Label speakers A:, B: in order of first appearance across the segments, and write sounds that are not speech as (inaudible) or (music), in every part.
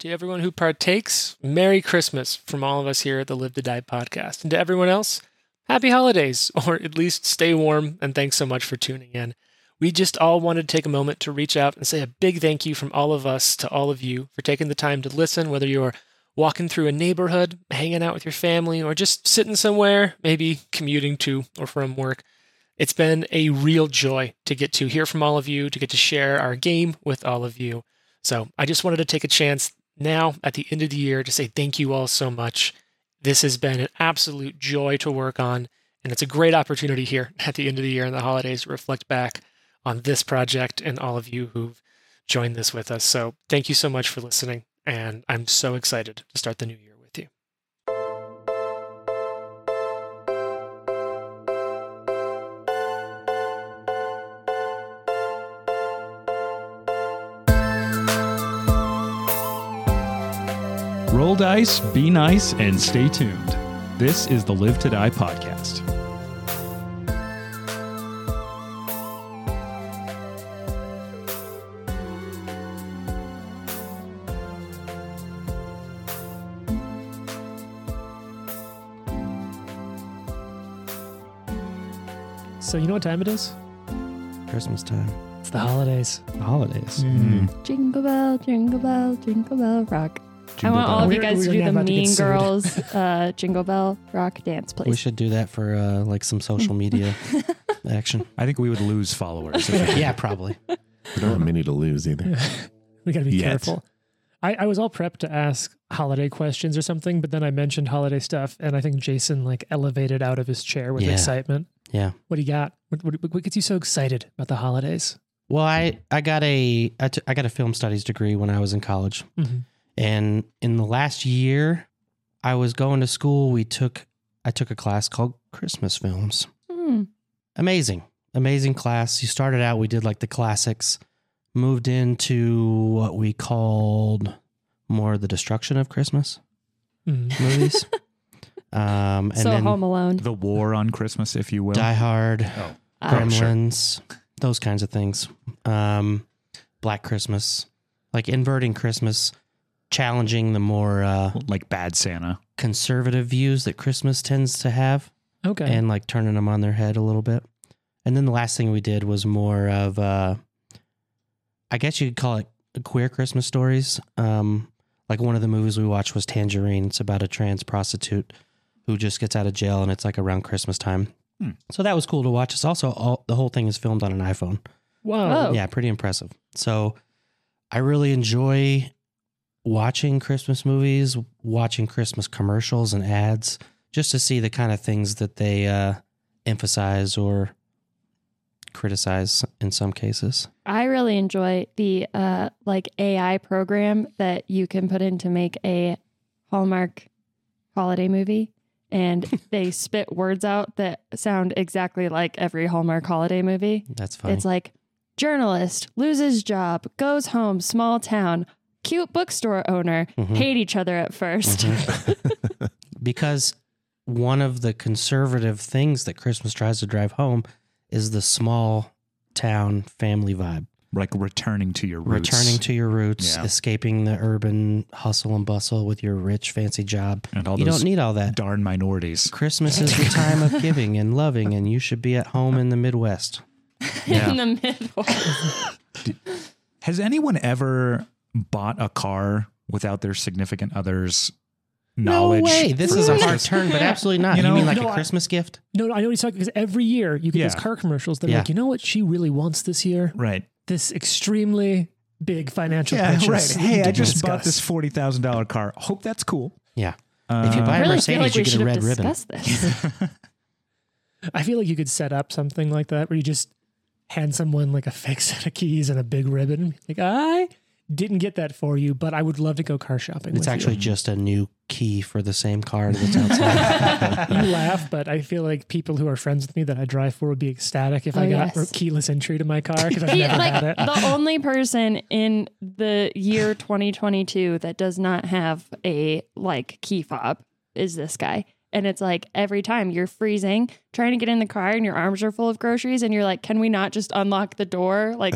A: To everyone who partakes, Merry Christmas from all of us here at the Live to Die podcast. And to everyone else, Happy Holidays, (laughs) or at least stay warm, and thanks so much for tuning in. We just all wanted to take a moment to reach out and say a big thank you from all of us to all of you for taking the time to listen, whether you're walking through a neighborhood, hanging out with your family, or just sitting somewhere, maybe commuting to or from work. It's been a real joy to get to hear from all of you, to get to share our game with all of you. So I just wanted to take a chance now at the end of the year to say thank you all so much. This has been an absolute joy to work on, and it's a great opportunity here (laughs) at the end of the year and the holidays to reflect back on this project and all of you who've joined this with us. So thank you so much for listening, and I'm so excited to start the new year with you.
B: Roll dice, be nice, and stay tuned. This is the Live to Die podcast.
A: So you know what time it is?
C: Christmas time.
A: It's the holidays.
C: The holidays.
D: Mm. Jingle bell, jingle bell, jingle bell rock. I
C: Jingle
D: want all
C: bell.
D: of you
A: We're-
D: guys
A: we're
D: to do
A: not
D: the
A: about to get
D: Mean
A: sued.
D: Girls uh, jingle bell rock dance, please.
C: We should do that for uh, like some social
D: (laughs)
C: media action.
B: I think we would lose followers.
C: (laughs)
B: if we
C: Yeah, probably.
E: We don't have many to lose either.
A: We got to be
B: Yet.
A: careful. I, I was all prepped to ask holiday questions or something, but then I mentioned holiday stuff, and I think Jason like elevated out of his chair with
C: Yeah.
A: excitement.
C: Yeah.
A: What do you got? What, what, what gets you so excited about the holidays?
C: Well, I I got a I, t- I got a film studies degree when I was in college,
D: Mm-hmm.
A: Mhm.
C: and in the last year, I was going to school. We took I took a class called Christmas films.
D: Hmm.
C: amazing amazing class you started out we did like the classics moved into what we called more the destruction of christmas
A: Mhm.
D: (laughs)
C: movies um and
D: so
C: then
D: Home Alone.
B: the war on Christmas, if you will.
C: die hard
B: Oh,
D: Ah.
B: I'm sure.
C: gremlins those kinds of things um black christmas like inverting christmas challenging the more uh
B: like bad Santa.
C: conservative views that christmas tends to have
A: Okay.
C: and like turning them on their head a little bit. And then the last thing we did was more of, uh, I guess you could call it queer Christmas stories. Um, like one of the movies we watched was Tangerine. It's about a trans prostitute who just gets out of jail, and it's like around Christmas time.
B: Hmm.
C: So that was cool to watch. It's also all, the whole thing is filmed on an iPhone.
A: Whoa.
D: Oh.
C: (laughs) Yeah, pretty impressive. So I really enjoy watching Christmas movies, watching Christmas commercials and ads, just to see the kind of things that they uh, emphasize or criticize in some cases.
D: I really enjoy the uh, like AI program that you can put in to make a Hallmark holiday movie,
A: (laughs)
D: and they spit words out that sound exactly like every Hallmark holiday movie.
C: That's funny.
D: It's like journalist loses job, goes home, small town, cute bookstore owner,
C: Mhm.
D: hate each other at 1st
C: Mhm. because one of the conservative things that Christmas tries to drive home is the small town family vibe.
B: Like returning to your roots.
C: returning to your roots,
B: Yeah.
C: escaping the urban hustle and bustle with your rich, fancy job.
B: and all
C: you
B: those
C: don't need all that.
B: darn minorities.
C: Christmas is the time of giving and loving, and you should be at home in the Midwest.
B: Yeah.
D: (laughs)
C: (laughs)
D: in the middle.
B: Has anyone ever bought a car without their significant other's knowledge?
C: no way. This
B: for
C: is a hard
B: Christmas?
C: turn, but absolutely not.
B: You
C: You,
B: know-
C: mean like
A: No, I-
C: a Christmas gift?
A: No, no, I know what he's talking because every year you get these
B: Yeah.
A: car commercials that are
C: Yeah.
A: like, you know what she really wants this year?
C: (laughs)
B: Right.
A: This extremely big financial
B: Yeah, right.
A: purchase.
B: Hey, I
A: Didn't
B: just
A: discuss.
B: bought this forty thousand dollar car. Hope that's cool.
C: Yeah.
B: Uh,
C: if you buy
D: I
C: a
D: really
C: Mercedes,
D: feel like we
C: you get
D: should
C: a
D: have
C: red ribbon.
D: discussed this.
C: (laughs)
A: I feel like you could set up something like that where you just hand someone like a fake (laughs) set of keys and a big ribbon. Like, I didn't get that for you, but I would love to go car shopping.
C: It's
A: with
C: actually just a new key for the same car
B: Uh,
C: that's
A: (laughs)
C: outside.
B: (laughs)
C: (laughs)
A: you. you laugh, but I feel like people who are friends with me that I drive for would be ecstatic if I
D: Oh,
A: got
D: yes.
A: keyless entry to my car
D: (laughs)
A: because I've
D: He-
A: never
D: like
A: had it.
D: the only person in the year 2022 that does not have a like key fob is this guy. And it's like every time you're freezing, trying to get in the car, and your arms are full of groceries, and you're like, "Can we not just unlock the door?" Like,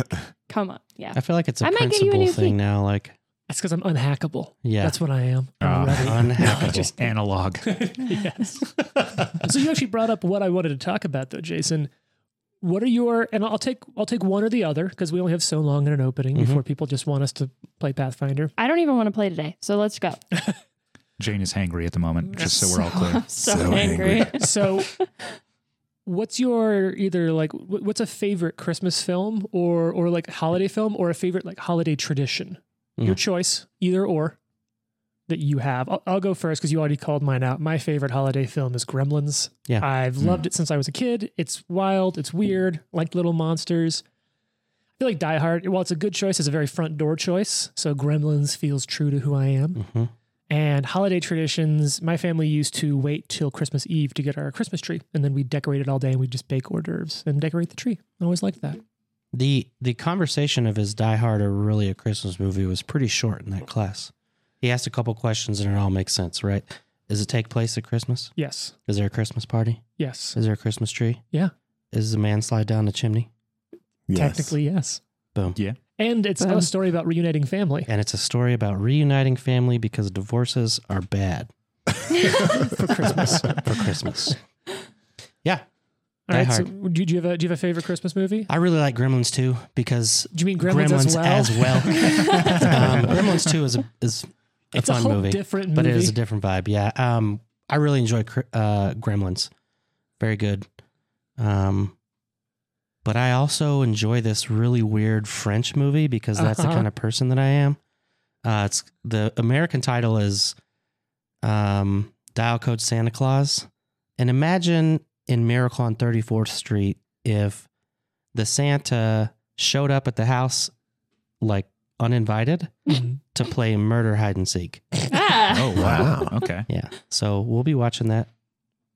D: come on, yeah.
C: (laughs) I feel like it's a
D: I might give you a
C: principal
D: new
C: thing
D: key.
C: now. Like
A: That's because I'm unhackable.
C: Yeah.
A: That's what I am. I'm
B: Ah.
A: Revit.
C: Unhackable.
B: Just
C: (laughs)
B: analog.
A: yes. so you actually brought up what I wanted to talk about though, Jason. What are your and I'll take I'll take one or the other because we only have so long in an opening
C: Mhm.
A: before people just want us to play Pathfinder.
D: I don't even want to play today. So let's go.
B: Jane is hangry at the moment, just so we're all clear.
D: (laughs) I'm so,
F: So
D: angry.
A: So what's your either like wh- what's a favorite Christmas film or or like holiday film or a favorite like holiday tradition? Your
C: Mm.
A: choice, either or that you have. I'll, I'll go first because you already called mine out. My favorite holiday film is Gremlins.
C: Yeah.
A: I've loved it since I was a kid. It's wild, it's weird, like little monsters. I feel like Die Hard, while it's a good choice, it's a very front door choice. So Gremlins feels true to who I am.
C: Mhm.
A: And holiday traditions, my family used to wait till Christmas Eve to get our Christmas tree. And then we decorate it all day and we just bake hors d'oeuvres and decorate the tree. I always liked that.
C: The the conversation of is Die Hard or really a Christmas movie was pretty short in that class. He asked a couple questions and it all makes sense, right? Does it take place at Christmas?
A: Yes.
C: Is there a Christmas party?
A: Yes.
C: Is there a Christmas tree?
A: Yeah.
C: Is the man slide down the chimney?
F: Yes.
A: Technically, yes.
C: Boom.
B: Yeah.
A: And it's
D: Um,
A: a story about reuniting
C: (laughs)
A: family
C: And it's a story about reuniting family because divorces are bad
A: for Christmas. All
C: for
A: (laughs)
C: Christmas. yeah. Die
A: right. So,
C: Hard.
A: do, do you have a do you have a favorite Christmas movie?
C: I really like Gremlins too
A: (laughs)
C: because
A: Do you mean Gremlins, as
C: Gremlins,
A: well?
C: as well.
A: (laughs)
C: um, Gremlins 2 is a, is a
A: it's a
C: fun
A: whole
C: movie.
A: different movie.
C: but it is a different vibe. Yeah. Um, I really enjoy Cr- uh, Gremlins. Very good. Um, but I also enjoy this really weird French movie because that's
A: Uh-huh.
C: the kind of person that I am. Uh, it's the American title is um, Dial Code Santa Claus, and imagine in Miracle on 34th Street if the Santa showed up at the house like uninvited
A: (laughs) Mhm.
C: to play murder hide and seek.
D: (laughs) Ah.
B: Oh wow.
C: (laughs)
B: okay.
C: Yeah. So we'll be watching that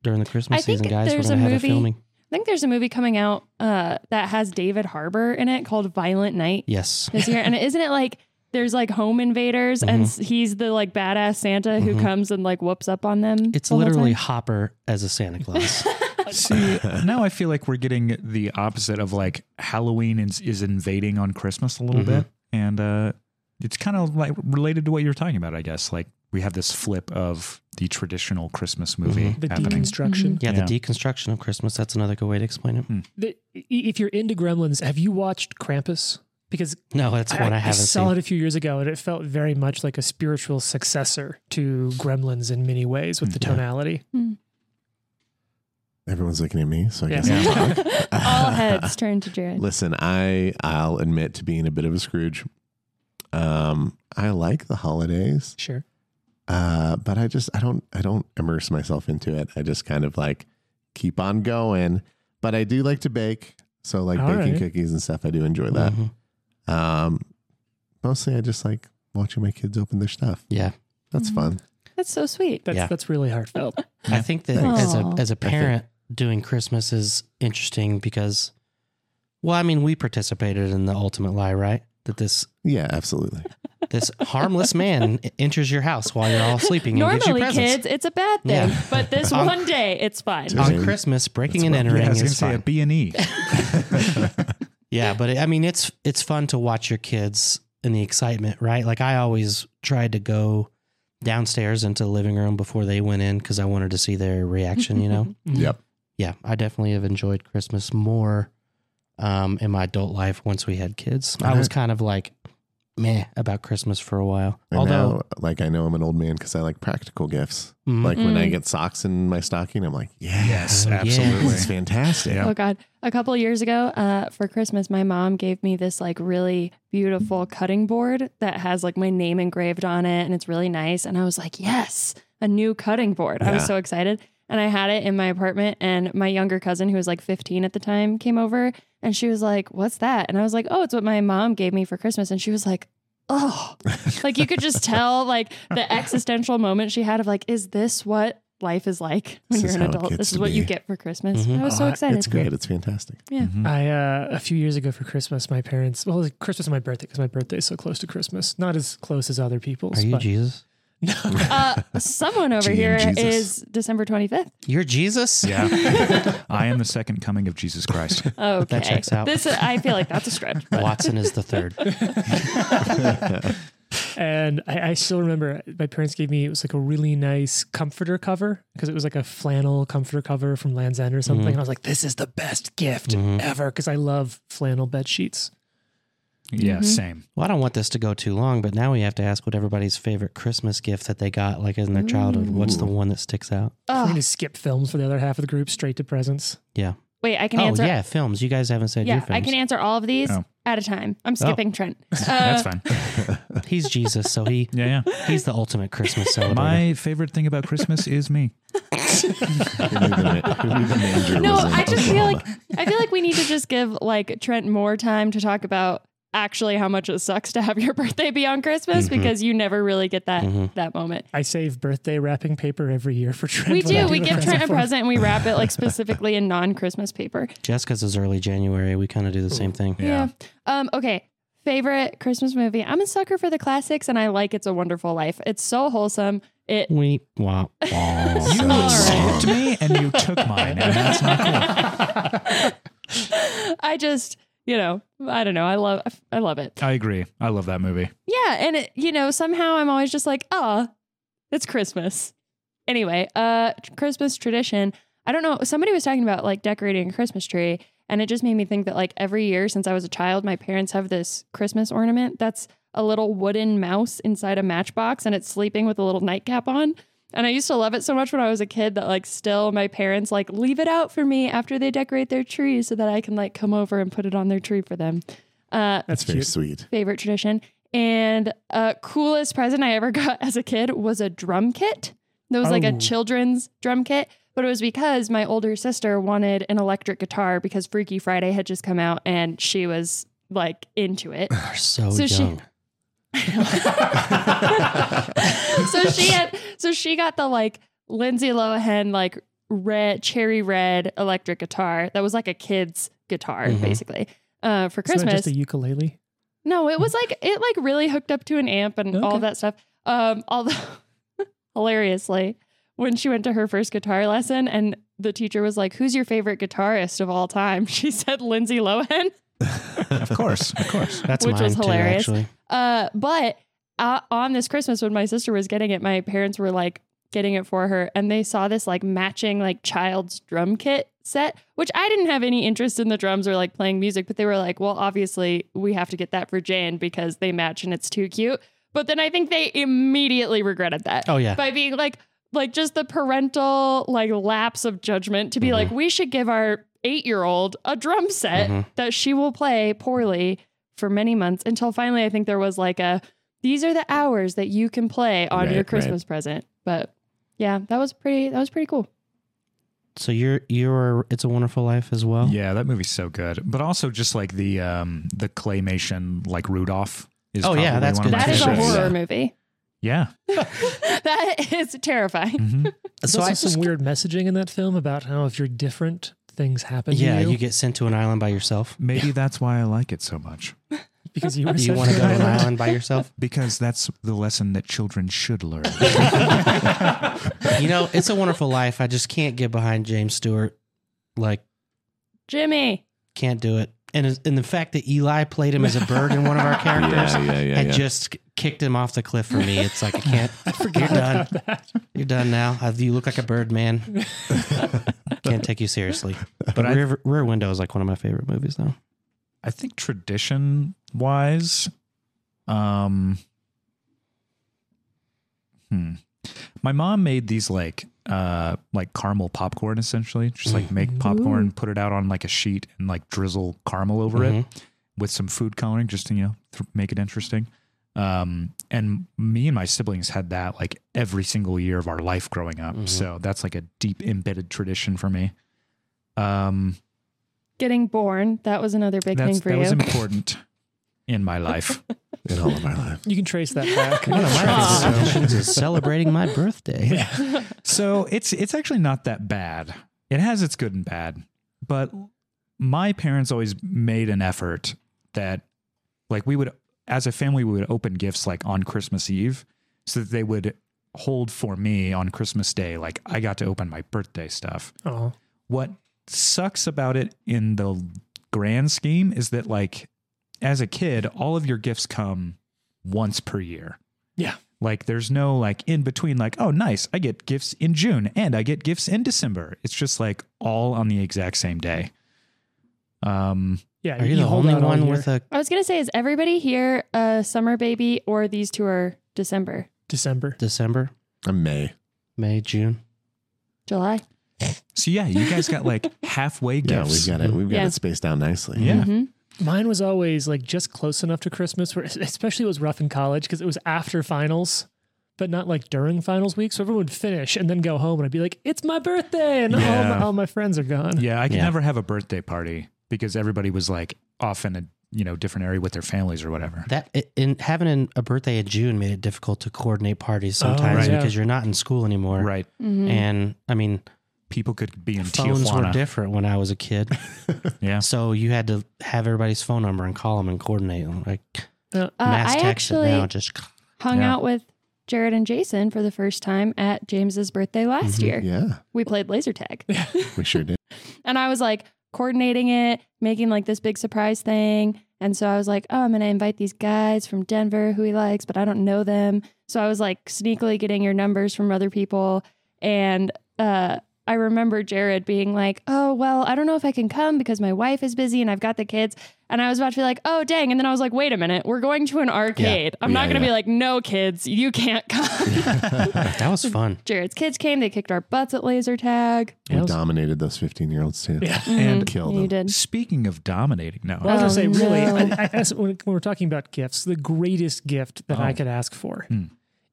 C: during the Christmas
D: I think
C: season, guys. We're
D: there's
C: gonna
D: a
C: have
D: movie-
C: a filming.
D: I think there's a movie coming out uh, that has David Harbour in it called Violent Night
C: Yes.
D: this year. And isn't it like there's like home invaders
C: Mm-hmm.
D: and s- he's the like badass Santa who
C: Mhm.
D: comes and like whoops up on them?
C: It's
D: the whole
C: literally
D: time?
C: Hopper as a
D: (laughs)
C: Santa Claus.
B: See, now I feel like we're getting the opposite of like Halloween is, is invading on Christmas a little
C: Mhm.
B: bit. And uh, it's kind of like related to what you're talking about, I guess. Like we have this flip of the traditional
C: Mm-hmm.
B: Christmas movie
A: the
B: happening.
A: deconstruction.
C: yeah,
B: Yeah.
C: the deconstruction of Christmas. That's another good way to explain it.
A: The- i- if you're into Gremlins, have you watched Krampus? Because
C: No, that's one I,
A: I
C: haven't
A: saw
C: seen.
A: it a few years ago, and it felt very much like a spiritual successor to Gremlins in many ways with the
C: Mm, Yeah.
A: tonality.
F: Everyone's looking at me, so I
A: Yeah.
C: (laughs)
F: guess I'll talk.
D: (laughs) all heads turn to Jared.
F: Listen, I I'll admit to being a bit of a Scrooge. Um, I like the holidays,
A: Sure.
F: uh, but I just I don't I don't immerse myself into it. I just kind of like keep on going. But I do like to bake, so like
A: All
F: baking
A: right.
F: cookies and stuff. I do enjoy that.
C: Mhm.
F: Um, mostly I just like watching my kids open their stuff.
C: Yeah.
F: That's
D: Mhm.
A: Mm-hmm.
F: fun.
D: That's so sweet.
A: That's
C: Yeah.
A: that's really heartfelt.
C: I think that
F: Thanks.
C: as a
D: Aw.
C: as a parent doing Christmas is interesting because, well, I mean, we participated in the ultimate lie, right? That this
F: Yeah, absolutely.
D: (laughs)
C: this harmless man enters your house while you're all sleeping and gives you
D: Normally,
C: presents.
D: kids, it's a bad thing,
C: Yeah.
D: but
C: (laughs)
D: this
C: Um,
D: one day, it's fine.
F: Just-
C: On
F: Yeah.
C: Christmas, breaking
F: That's
C: and
F: what-
C: entering
B: Yeah, I was going to
C: is
B: say a E.
C: fine. (laughs)
B: B&E.
C: Yeah, but I mean, it's it's fun to watch your kids and the excitement, right? Like I always tried to go downstairs into the living room before they went in because I wanted to see their reaction. You know,
F: (laughs) Yep.
C: yeah, I definitely have enjoyed Christmas more um, in my adult life once we had kids. I was kind of like meh about Christmas for a while,
F: And
C: although
F: now, like, I know I'm an old man because I like practical gifts.
C: Mhm.
F: Like when I
D: Mm.
F: get socks in my stocking, I'm like,
B: (laughs)
F: yeah,
B: yes,
C: Oh, yeah.
B: absolutely.
F: (laughs) this is fantastic.
B: Yeah.
D: Oh God! A couple of years ago, uh, for Christmas, my mom gave me this like really beautiful cutting board that has like my name engraved on it, and it's really nice. And I was like, "Yes, a new cutting board!" I was
F: Yeah.
D: so excited, and I had it in my apartment. And my younger cousin, who was like 15 at the time, came over, and she was like, "What's that?" And I was like, "Oh, it's what my mom gave me for Christmas." And she was like, "Oh, like
F: (laughs)
D: you could just tell like the existential moment she had of like, is this what?" Life is like when
F: This
D: you're
F: is
D: an
F: how it
D: adult.
F: gets
D: This is
F: to
D: what you
F: be.
D: get for Christmas.
C: Mhm.
D: I was so
F: Oh,
D: excited.
F: It's great. It's fantastic.
D: Yeah.
B: Mhm.
A: I uh, a few years ago for Christmas, my parents well, it was Christmas and my birthday because my birthday is so close to Christmas, not as close as other people's.
C: are you
A: but
C: Jesus?
A: no,
D: Uh, someone over
F: GM
D: here
F: Jesus.
D: is December 25th.
C: You're Jesus? (laughs)
B: Yeah. I am the second coming of Jesus Christ.
D: Okay.
C: checks out. (laughs)
D: This I feel like that's a stretch. but-
C: Watson is the third.
G: and I, I still remember
A: uh,
G: my parents gave me it was like a really nice comforter cover because it was like a flannel comforter cover from Land's End or something.
C: Mhm.
G: And I was like, this is the best gift
C: Mhm.
G: ever because I love flannel bed sheets.
B: Yeah,
C: Mm-hmm.
D: Mhm.
B: same.
C: Well, I don't want this to go too long, but now we have to ask what everybody's favorite Christmas gift that they got, like in their childhood. What's the
F: Ooh.
C: one that sticks out?
G: We're
D: Oh,
G: gonna skip films for the other half of the group straight to presents.
D: wait, I can
C: oh,
D: answer.
C: yeah, films. You guys haven't said your
D: Yeah, I
C: films.
D: can answer all of these
B: Oh.
D: at a time. I'm skipping Trent.
B: That's
D: Uh,
B: fine.
C: He's Jesus, so
D: (laughs)
C: he
B: Yeah,
C: he's the ultimate Christmas
B: yeah.
C: celebrator.
B: My favorite thing about Christmas is me.
F: Who (laughs) knew the ma- who knew the manger
D: No,
F: was in
D: I just feel
F: Oklahoma?
D: like I feel like we need to just give like Trent more time to talk about actually how much it sucks to have (laughs) your birthday be on Christmas
C: Mhm.
D: because you never really get that
C: Mhm.
D: that moment.
G: I save birthday wrapping paper every year
A: (laughs)
G: for Trent.
D: We
G: when I
D: do. We
G: the
D: give Trent a
G: for him.
D: present and we wrap it like specifically in non-Christmas paper.
C: Jessica's is early January. We kind of do the same thing.
B: (laughs) Yeah.
D: Um. Okay. Favorite Christmas movie? I'm a sucker for the classics, and I like It's a Wonderful Life. It's so wholesome. It. (laughs)
C: We wah, wah.
F: You
B: You
D: All
F: right.
B: skipped me and you took mine, and that's not cool.
D: I just, you know, I don't know. I love. I love it.
B: (laughs) I agree. I love that movie.
D: Yeah, and it, you know, somehow I'm always just like, ah, it's Christmas. Anyway, uh tr- Christmas tradition. I don't know, somebody was talking about like decorating a Christmas tree, and it just made me think that like every year since I was a child, my parents have this Christmas ornament that's a little wooden mouse inside a matchbox and it's sleeping with a little nightcap on. And I used to love it so much when I was a kid that like still my parents like leave it out for me after they decorate their tree so that I can like come over and put it on their tree for them. Uh
G: That's
F: very
G: cute.
F: sweet.
D: favorite tradition. And uh, coolest present I ever (laughs) got as a kid was a drum kit. That was like a
G: Oh.
D: children's drum kit, but it was because my older sister wanted an electric guitar because Freaky Friday had just come out and she was like
G: (laughs)
D: into it.
C: We're so,
D: So she-
C: young.
D: (laughs) so she had so she got the like Lindsay Lohan like red cherry red electric guitar that was like a kid's guitar
C: Mhm.
D: basically uh, for
G: Isn't that
D: Christmas.
G: Mm-hmm. just a ukulele.
D: No, it was like it like really hooked up to an amp and all
G: Okay.
D: that stuff. Um, although (laughs) hilariously, when she went to her first guitar lesson and the teacher was like, "Who's your favorite guitarist of all time?" (laughs) She said Lindsay Lohan.
B: Of course. Of course.
C: That's
D: Which
C: mine
D: was hilarious.
C: too, actually.
D: Uh, but uh, on this Christmas when my sister was getting it, my parents were like getting it for her, and they saw this like matching like child's drum kit set, which I didn't have any interest in the drums or like playing music, but they were like, well, obviously we have to get that for Jan because they match and it's too cute. But then I think they immediately regretted that
C: Oh yeah.
D: (laughs) by being like like just the parental like lapse of judgment to be
B: Mm-hmm.
C: Mhm.
D: like we should give our 8-year-old a drum set
B: Mm-hmm.
C: Mhm.
D: that she will play poorly for many months until finally I think there was like a these are the hours that you can play on
F: Right,
D: your
F: right.
D: Christmas present but yeah that was pretty that was pretty cool
C: So you're you're it's a wonderful life as well.
B: Yeah, that movie's so good. But also just like the um the claymation like Rudolph is
C: Oh,
B: probably
C: yeah, that's
B: one of
C: good.
B: my
D: that is a
B: favorites.
D: horror
F: Yeah.
D: movie (laughs)
B: Yeah.
D: that is terrifying
B: (laughs) Mhm.
G: There's
C: so
G: also
C: I
G: some
C: just
G: weird messaging in that film about how if you're different, things happen
C: yeah,
G: to you,
C: you get sent to an island by yourself.
B: Maybe that's why I like it so much.
G: because
C: (laughs)
G: you were
C: Do you
G: sent
C: want to go to an
G: island.
A: (laughs)
C: (laughs) island by yourself?
B: Because that's the lesson that children should learn.
C: You know, it's a wonderful life. I just can't get behind James Stewart. Like,
D: Jimmy
C: can't do it. And and the fact that Eli played him as a bird in one of
F: (laughs)
C: our characters
F: Yeah, yeah, yeah.
C: had
F: yeah.
C: just kicked him off the cliff for me. It's like I can't. You're done. You're done now. I- You look like a bird, man. can't take you seriously. But
B: I-
C: Rear, Rear Window is like one of my favorite movies, though.
B: I think tradition wise, um, hmm. my mom made these like uh like caramel popcorn essentially just like
D: Mm-hmm.
B: make popcorn put it out on like a sheet and like drizzle caramel over
D: Mm-hmm.
C: Mhm.
B: it with some food coloring just to you know th- make it interesting um and me and my siblings had that like every single year of our life growing up
D: Mm-hmm.
C: Mhm.
B: so that's like a deep embedded tradition for me um
D: getting born that was another big
B: that's,
D: thing for
B: that
D: you (laughs)
B: was important in my life
F: in all of our lives.
G: You can trace that back.
C: One of
A: Ah.
C: my
D: Aw.
C: favorite traditions is celebrating my birthday.
B: Yeah. so it's it's actually not that bad. It has its good and bad, but my parents always made an effort that like we would as a family we would open gifts like on Christmas Eve so that they would hold for me on Christmas Day like I got to open my birthday stuff.
G: oh,
B: What sucks about it in the grand scheme is that like as a kid all of your gifts come once per year.
A: Yeah.
B: Like there's no like in between like, oh nice, I get gifts in June and I get gifts in December. It's just like all on the exact same day. Um
A: Yeah.
C: Are you, the only
A: out all
C: one
A: year.
C: with a?
D: I was gonna say, is everybody here a summer baby or these two are December,
A: December?
C: December,
F: I'm May.
C: May, June.
D: July?
B: so yeah, you guys got like halfway
F: Yeah,
B: gifts.
F: we've got it. We've got
D: Yeah.
F: it spaced out nicely.
B: Yeah.
D: Mhm.
A: Mine was always like just close enough to Christmas, where (laughs) especially it was rough in college because it was after finals, but not like during finals week. So everyone would finish and then go home, and I'd be like, "It's my birthday," and all, my,
B: Yeah.
A: all my friends are gone.
B: Yeah, I could
C: Yeah.
B: never have a birthday party because everybody was like off in a you know different area with their families or whatever.
C: That i- in having an, a birthday in June made it difficult to coordinate parties sometimes
B: right.
C: because you're not in school anymore.
B: Right.
D: Mhm.
C: And I mean,
B: People could be in
C: phones were
B: Tijuana.
C: different when I was a kid,
B: yeah.
C: so you had to have everybody's phone number and call them and coordinate. them. Like
D: Uh,
C: mass
D: I
C: text it
D: actually
C: now, just
D: hung
B: Yeah.
D: out with Jared and Jason for the first time at James's birthday last
C: Mhm.
D: year.
F: Yeah,
D: We played laser tag.
F: we
D: (laughs)
F: sure did.
D: And I was like coordinating it, making like this big surprise thing. And so I was like, oh, I'm going to invite these guys from Denver who he likes, but I don't know them. So I was like sneakily getting your numbers from other people. And uh, I remember Jared being like, oh, well, I don't know if I can come because my wife is busy and I've got the kids. And I was about to be like, oh, dang. And then I was like, wait a minute, we're going to an arcade. I'm not
F: Yeah,
D: going to
F: yeah.
D: be like, no, kids, you can't
F: (laughs)
D: come.
C: that was fun.
D: Jared's kids came, they kicked our butts at laser tag.
F: We
A: Yeah.
F: dominated those 15 year olds too.
A: Yeah.
B: And
D: Mhm.
F: Killed
D: You
F: them.
D: did.
B: Speaking of dominating, no.
A: Well, I was gonna
D: Oh,
A: say, really,
D: no.
A: I, I, as- when, when we're talking about gifts, the greatest gift that I
C: Uh-huh.
B: Oh.
A: could ask for
B: Hmm.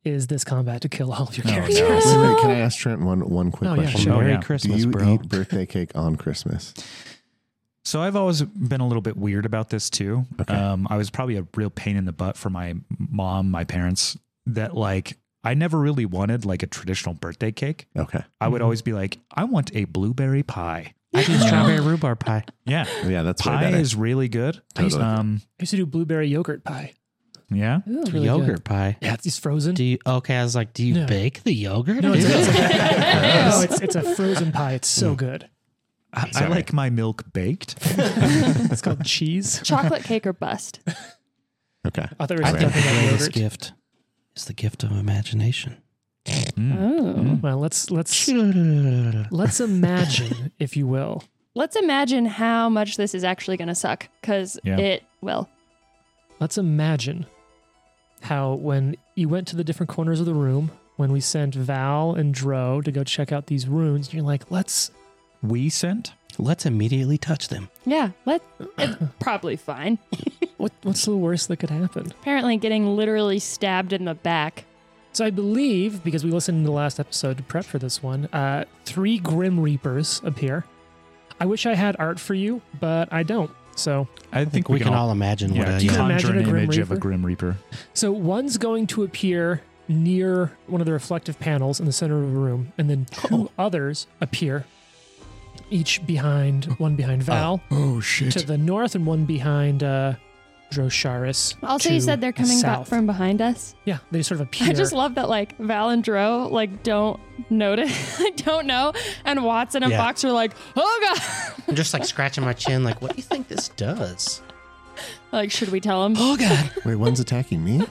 A: is this combat to kill all of
C: Oh,
A: your
B: No,
A: characters.
B: no.
F: Wait,
D: (laughs)
F: wait, can I ask Trent one one quick
A: Oh, yeah,
F: question?
B: sure.
C: Merry
B: yeah.
F: Do
C: Christmas,
F: you
C: bro.
F: eat birthday cake on Christmas?
B: So I've always been a little bit weird about this too.
F: Okay.
B: Um, I was probably a real pain in the butt for my mom, my parents, that like I never really wanted like a traditional birthday cake.
F: Okay.
B: I would always be like, I want a blueberry pie.
C: I do
B: Yeah.
C: strawberry rhubarb pie.
B: Yeah.
F: Yeah, that's way
B: pie
F: better.
B: is really good.
F: Totally.
B: Um,
A: I used to do blueberry yogurt pie.
B: yeah.
A: It's really good.
C: yogurt pie.
A: Yeah, it's, it's frozen.
C: Do you? Okay, I was like, do you
A: No.
C: bake the yogurt? (laughs)
A: No, it's, it's, (laughs)
D: Gross.
A: no, it's, it's a frozen pie. It's
C: Hmm.
A: so good.
B: I, I
F: Sorry.
B: like my milk baked.
A: It's called
C: (laughs)
A: cheese.
D: Chocolate cake or bust.
F: Okay.
A: I thought we were
B: I
C: I
A: talking
C: think the
A: about yogurt.
C: greatest gift is the gift of imagination.
B: Mm.
C: Mm-hmm.
D: Oh.
A: Well, let's let's let's imagine, if you will.
D: Let's imagine how much this is actually going to suck because
B: Yeah.
D: it will.
A: Let's imagine how when you went to the different corners of the room, when we sent Val and Dro to go check out these runes, you're like, let's
B: We sent.
C: Let's immediately touch them.
D: Yeah, let it's probably fine.
A: what what's the worst that could happen?
D: Apparently, getting literally stabbed in the back.
A: So I believe, because we listened to the last episode to prep for this one, uh, three Grim Reapers appear. I wish I had art for you, but I don't. So,
B: I, think,
C: We, can, all imagine
B: yeah,
C: what a
A: you
C: yeah.
A: imagine
B: conjure
A: a
B: an
A: Grim
B: image of a
A: Reaper?
B: Grim Reaper.
A: so one's going to appear near one of the reflective panels in the center of the room, and then
B: Oh.
A: two others appear, each behind one behind Val
B: Oh
A: to
B: shit!
A: the north, and one behind uh, Drosharis.
D: Also,
A: to
D: you said they're
A: the
D: coming back
A: south.
D: from behind us.
A: Yeah, they sort of appear.
D: I just love that, like Val and Dro, like don't notice, (laughs) like don't know, and Watson and
C: Yeah.
D: Fox are like, oh god, (laughs)
C: I'm just like scratching my chin, like, what do you think this does?
D: like should we tell him?
C: Oh god.
F: Wait, one's attacking me?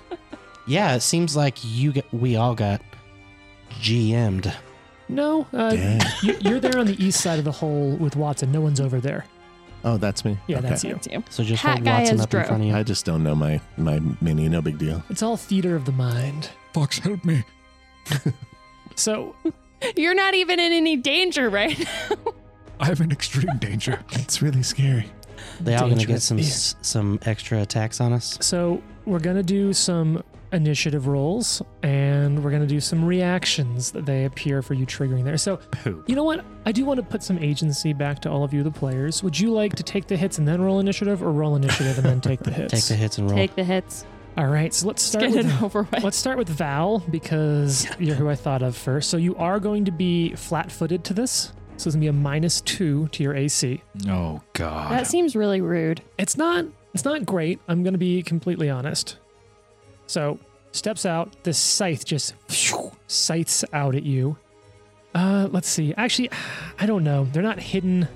C: Yeah, it seems like you got, we all got GM'd.
A: no, uh,
F: Dang.
A: you, you're there on the east side of the hole with Watson. No one's over there.
F: Oh, that's me.
A: Yeah, that's you.
D: It's you.
C: So just
D: Hat
C: hold
D: guy
C: Watson
D: is
C: up
D: Drew.
C: in front of you.
F: I just don't know my my mini. No big deal.
A: It's all theater of the mind.
B: Fox, help me!
A: So
D: You're not even in any danger, right?
B: I'm in extreme (laughs) danger.
F: It's really scary.
C: they all gonna get
A: dangerous
C: some
A: beer.
C: s- some extra attacks on us.
A: so we're gonna do some initiative rolls and we're gonna do some reactions that they appear for you triggering there. So
B: Poop.
A: you know what? I do want to put some agency back to all of you, the players. Would you like to take the hits and then roll initiative, or roll initiative and then take
C: (laughs)
A: the hits?
C: Take the hits and roll.
D: Take the hits,
A: All right. So let's start
D: get
A: with
D: it over
C: (laughs)
A: (laughs)
D: with.
A: Let's start with Val because you're who I thought of first. So you are going to be flat-footed to this. So it's gonna be a minus two to your AC.
B: Oh god!
D: That seems really rude.
A: It's not. It's not great. I'm gonna be completely honest. So steps out. The scythe just phew, scythes out at you. Uh, let's see. (sighs) Actually, I don't know. They're not hidden.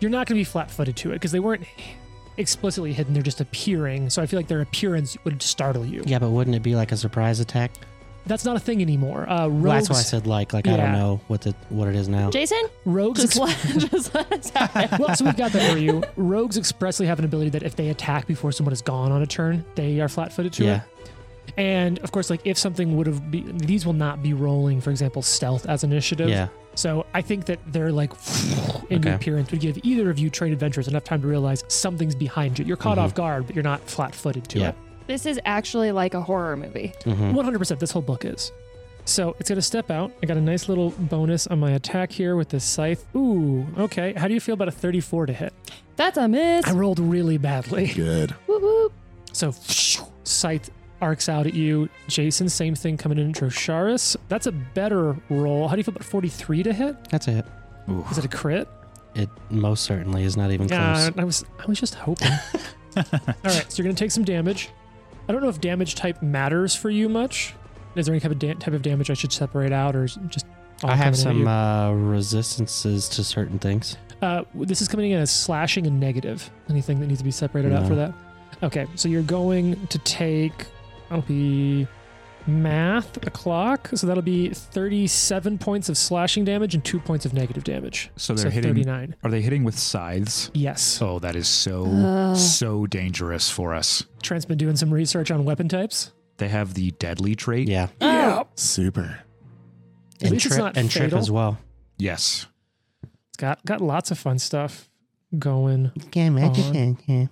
A: You're not gonna be flat-footed to it because they weren't. explicitly hidden; they're just appearing. So I feel like their appearance would startle you.
C: Yeah, but wouldn't it be like a surprise attack?
A: That's not a thing anymore. Uh, rogues,
C: Well, that's why I said like, like I
A: Yeah.
C: don't know what the what it is now.
D: Jason,
A: rogues
D: just
A: ex-
D: let, (laughs) just let us have it.
A: well, so we've got that for you. Rogues expressly have an ability that if they attack before someone is gone on a turn, they are flat-footed to
C: yeah,
A: it. And of course, like if something would have, be, these will not be rolling. For example, stealth as initiative.
C: yeah.
A: So I think that they're like (sighs) in
C: Okay.
A: the appearance would give either of you trade adventurers enough time to realize something's behind you. You're caught off guard, but you're not flat-footed to
C: Mm-hmm. Yeah.
A: it.
D: This is actually like a horror movie.
C: hmm
A: 100% this whole book is. So it's going to step out. I got a nice little bonus on my attack here with this scythe. Ooh, okay. How do you feel about a 34 to hit?
D: That's a miss.
A: I rolled really badly.
F: Good.
D: Whoop, whoop.
A: So scythe arcs out at you. Jason, same thing coming in Drosharis. That's a better roll. How do you feel about 43 to hit?
C: That's it.
A: Is it a crit?
C: It most certainly is not even close.
A: Yeah, I was I was just
C: (laughs)
A: hoping. All right, so you're going to take some damage. I don't know if damage type matters for you much. Is there any type of da- type of damage I should separate out or is it just all
C: I have
A: coming in at you?
C: some uh, resistances to certain things.
A: Uh, this is coming in as slashing and negative. Anything that needs to be separated out for that? Okay, so you're going to take, that'll be math o'clock. So that'll be 37 points of slashing damage and two points of negative damage.
B: So they're hitting.
A: 39.
B: Are they hitting with scythes?
A: Yes.
B: Oh, that is so
D: Uh.
B: so dangerous for us.
A: Trent's been doing some research on weapon types.
B: They have the deadly trait.
C: Yeah,
A: Yeah.
F: Super.
A: At
C: and
A: least it's
C: trip
A: not
C: and trip
A: fatal.
C: as well.
B: Yes.
A: It's got, got lots of fun stuff
B: (laughs)
A: going.
C: Yeah,
A: imagine-
D: Oh.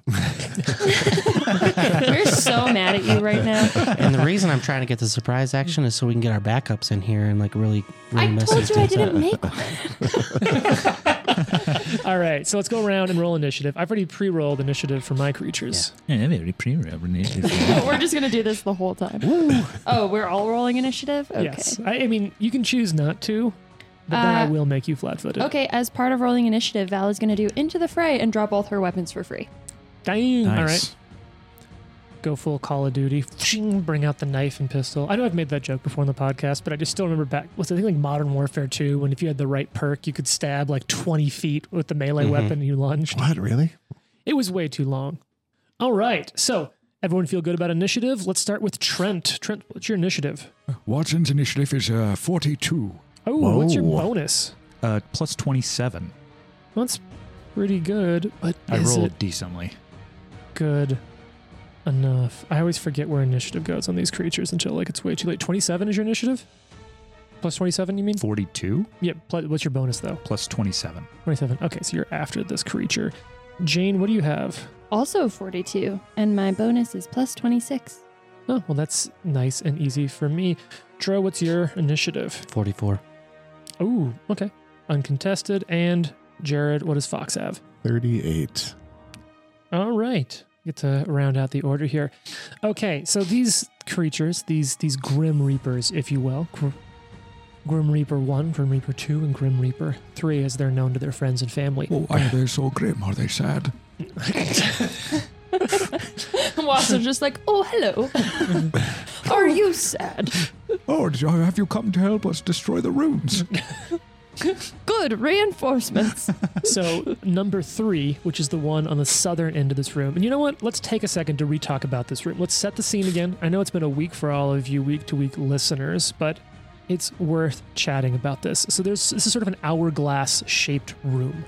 D: We're so mad at you right now.
C: and the reason I'm trying to get the surprise action is so we can get our backups in here and like really, really
D: I
C: mess
D: told
C: these
D: you I
C: things
D: didn't
C: up.
D: make one.
A: All right, so let's go around and roll initiative. I've already pre rolled initiative for my creatures.
B: (laughs)
D: No, (laughs) we're just gonna do this the whole time. Oh, we're all rolling initiative. Okay.
A: Yes. I, I mean, you can choose not to, but then I
D: Uh,
A: will make you flat footed.
D: Okay. As part of rolling initiative, Val is gonna do into the fray and draw both her weapons for free.
A: Dang. All right.
B: Nice.
A: go full Call of Duty, Shing, bring out the knife and pistol. I know I've made that joke before on the podcast, but I just still remember back was it I think like Modern Warfare 2 when if you had the right perk, you could stab like 20 feet with the
B: Mm-hmm.
A: melee weapon you lunged.
F: What, really?
A: It was way too long. All right. So, everyone feel good about initiative? Let's start with Trent. Trent, what's your initiative?
B: Watson's initiative is uh, 42.
A: Oh, what's your
F: Whoa.
A: bonus?
B: Uh, plus 27.
A: That's pretty good, but
B: I
A: is
B: rolled
A: it
B: decently.
A: good enough? I always forget where initiative goes on these creatures until like it's way too late. 27 is your initiative? Plus 27, you mean?
B: 42
A: Yeah. Pl- what's your bonus though?
B: plus 27.
A: 27. Okay, so you're after this creature. Jane, what do you have?
D: Also 42, and my bonus is plus 26.
A: Oh, well, that's nice and easy for me. Dro, what's your initiative?
C: 44.
A: Ooh, okay. Uncontested. And Jared, what does Fox have?
F: 38.
A: All right. Get to round out the order here. Okay, so these creatures, these these Grim Reapers, if you will, Gr- Grim Reaper 1, Grim Reaper 2, and Grim Reaper 3, as they're known to their friends and family.
B: Oh, are they so grim? Are they sad?
A: (laughs)
D: Wasp just like, oh, hello. Are you sad?
B: Oh, have you come to help us destroy the runes?
D: Good reinforcements.
A: So number three, which is the one on the southern end of this room, and you know what? Let's take a second to retalk about this room. Let's set the scene again. I know it's been a week for all of you week to week listeners, but it's worth chatting about this. So there's this is sort of an hourglass shaped room.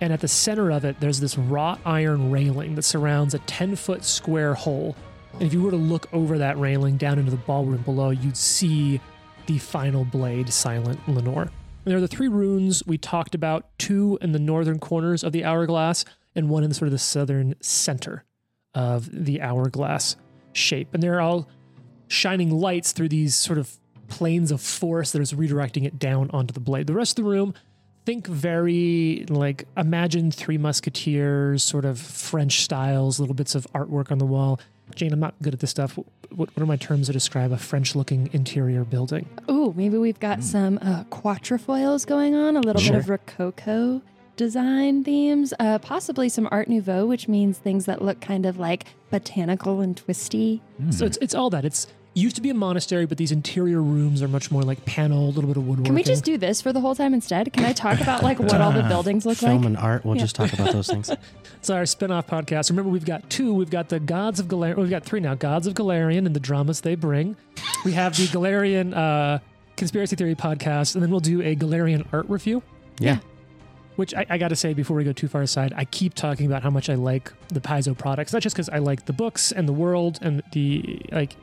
A: And at the center of it, there's this wrought iron railing that surrounds a 10 foot square hole. And if you were to look over that railing down into the ballroom below, you'd see the final blade, Silent Lenore. And there are the three runes we talked about two in the northern corners of the hourglass, and one in sort of the southern center of the hourglass shape. And they're all shining lights through these sort of planes of force that is redirecting it down onto the blade. The rest of the room, think very like imagine Three Musketeers, sort of French styles, little bits of artwork on the wall. Jane, I'm not good at this stuff. What, what are my terms to describe a French looking interior building?
D: Ooh, maybe we've
A: Hmm.
D: got some uh, quatrefoils going on, a little bit of Rococo design themes, uh, possibly some Art Nouveau, which means things that look kind of like botanical and twisty.
A: So it's, it's all that. It's used to be a monastery, but these interior rooms are much more like paneled, a little bit of woodworking.
D: Can we just do this for the whole time instead? Can I talk about like what
A: (laughs)
D: all the buildings look
C: Film
D: like?
C: and art. We'll
D: Yeah.
C: just talk about those
D: (laughs)
C: things.
A: It's our spin-off podcast. Remember, we've got two. We've got the Gods of Galarian. We've got three now. Gods of Galarian and the dramas they bring. We have the Galarian uh, conspiracy theory podcast, and then we'll do a Galarian art review.
C: Yeah.
A: Which I, I got to say before we go too far aside, I keep talking about how much I like the Paizo products, not just because I like the books and the world and the like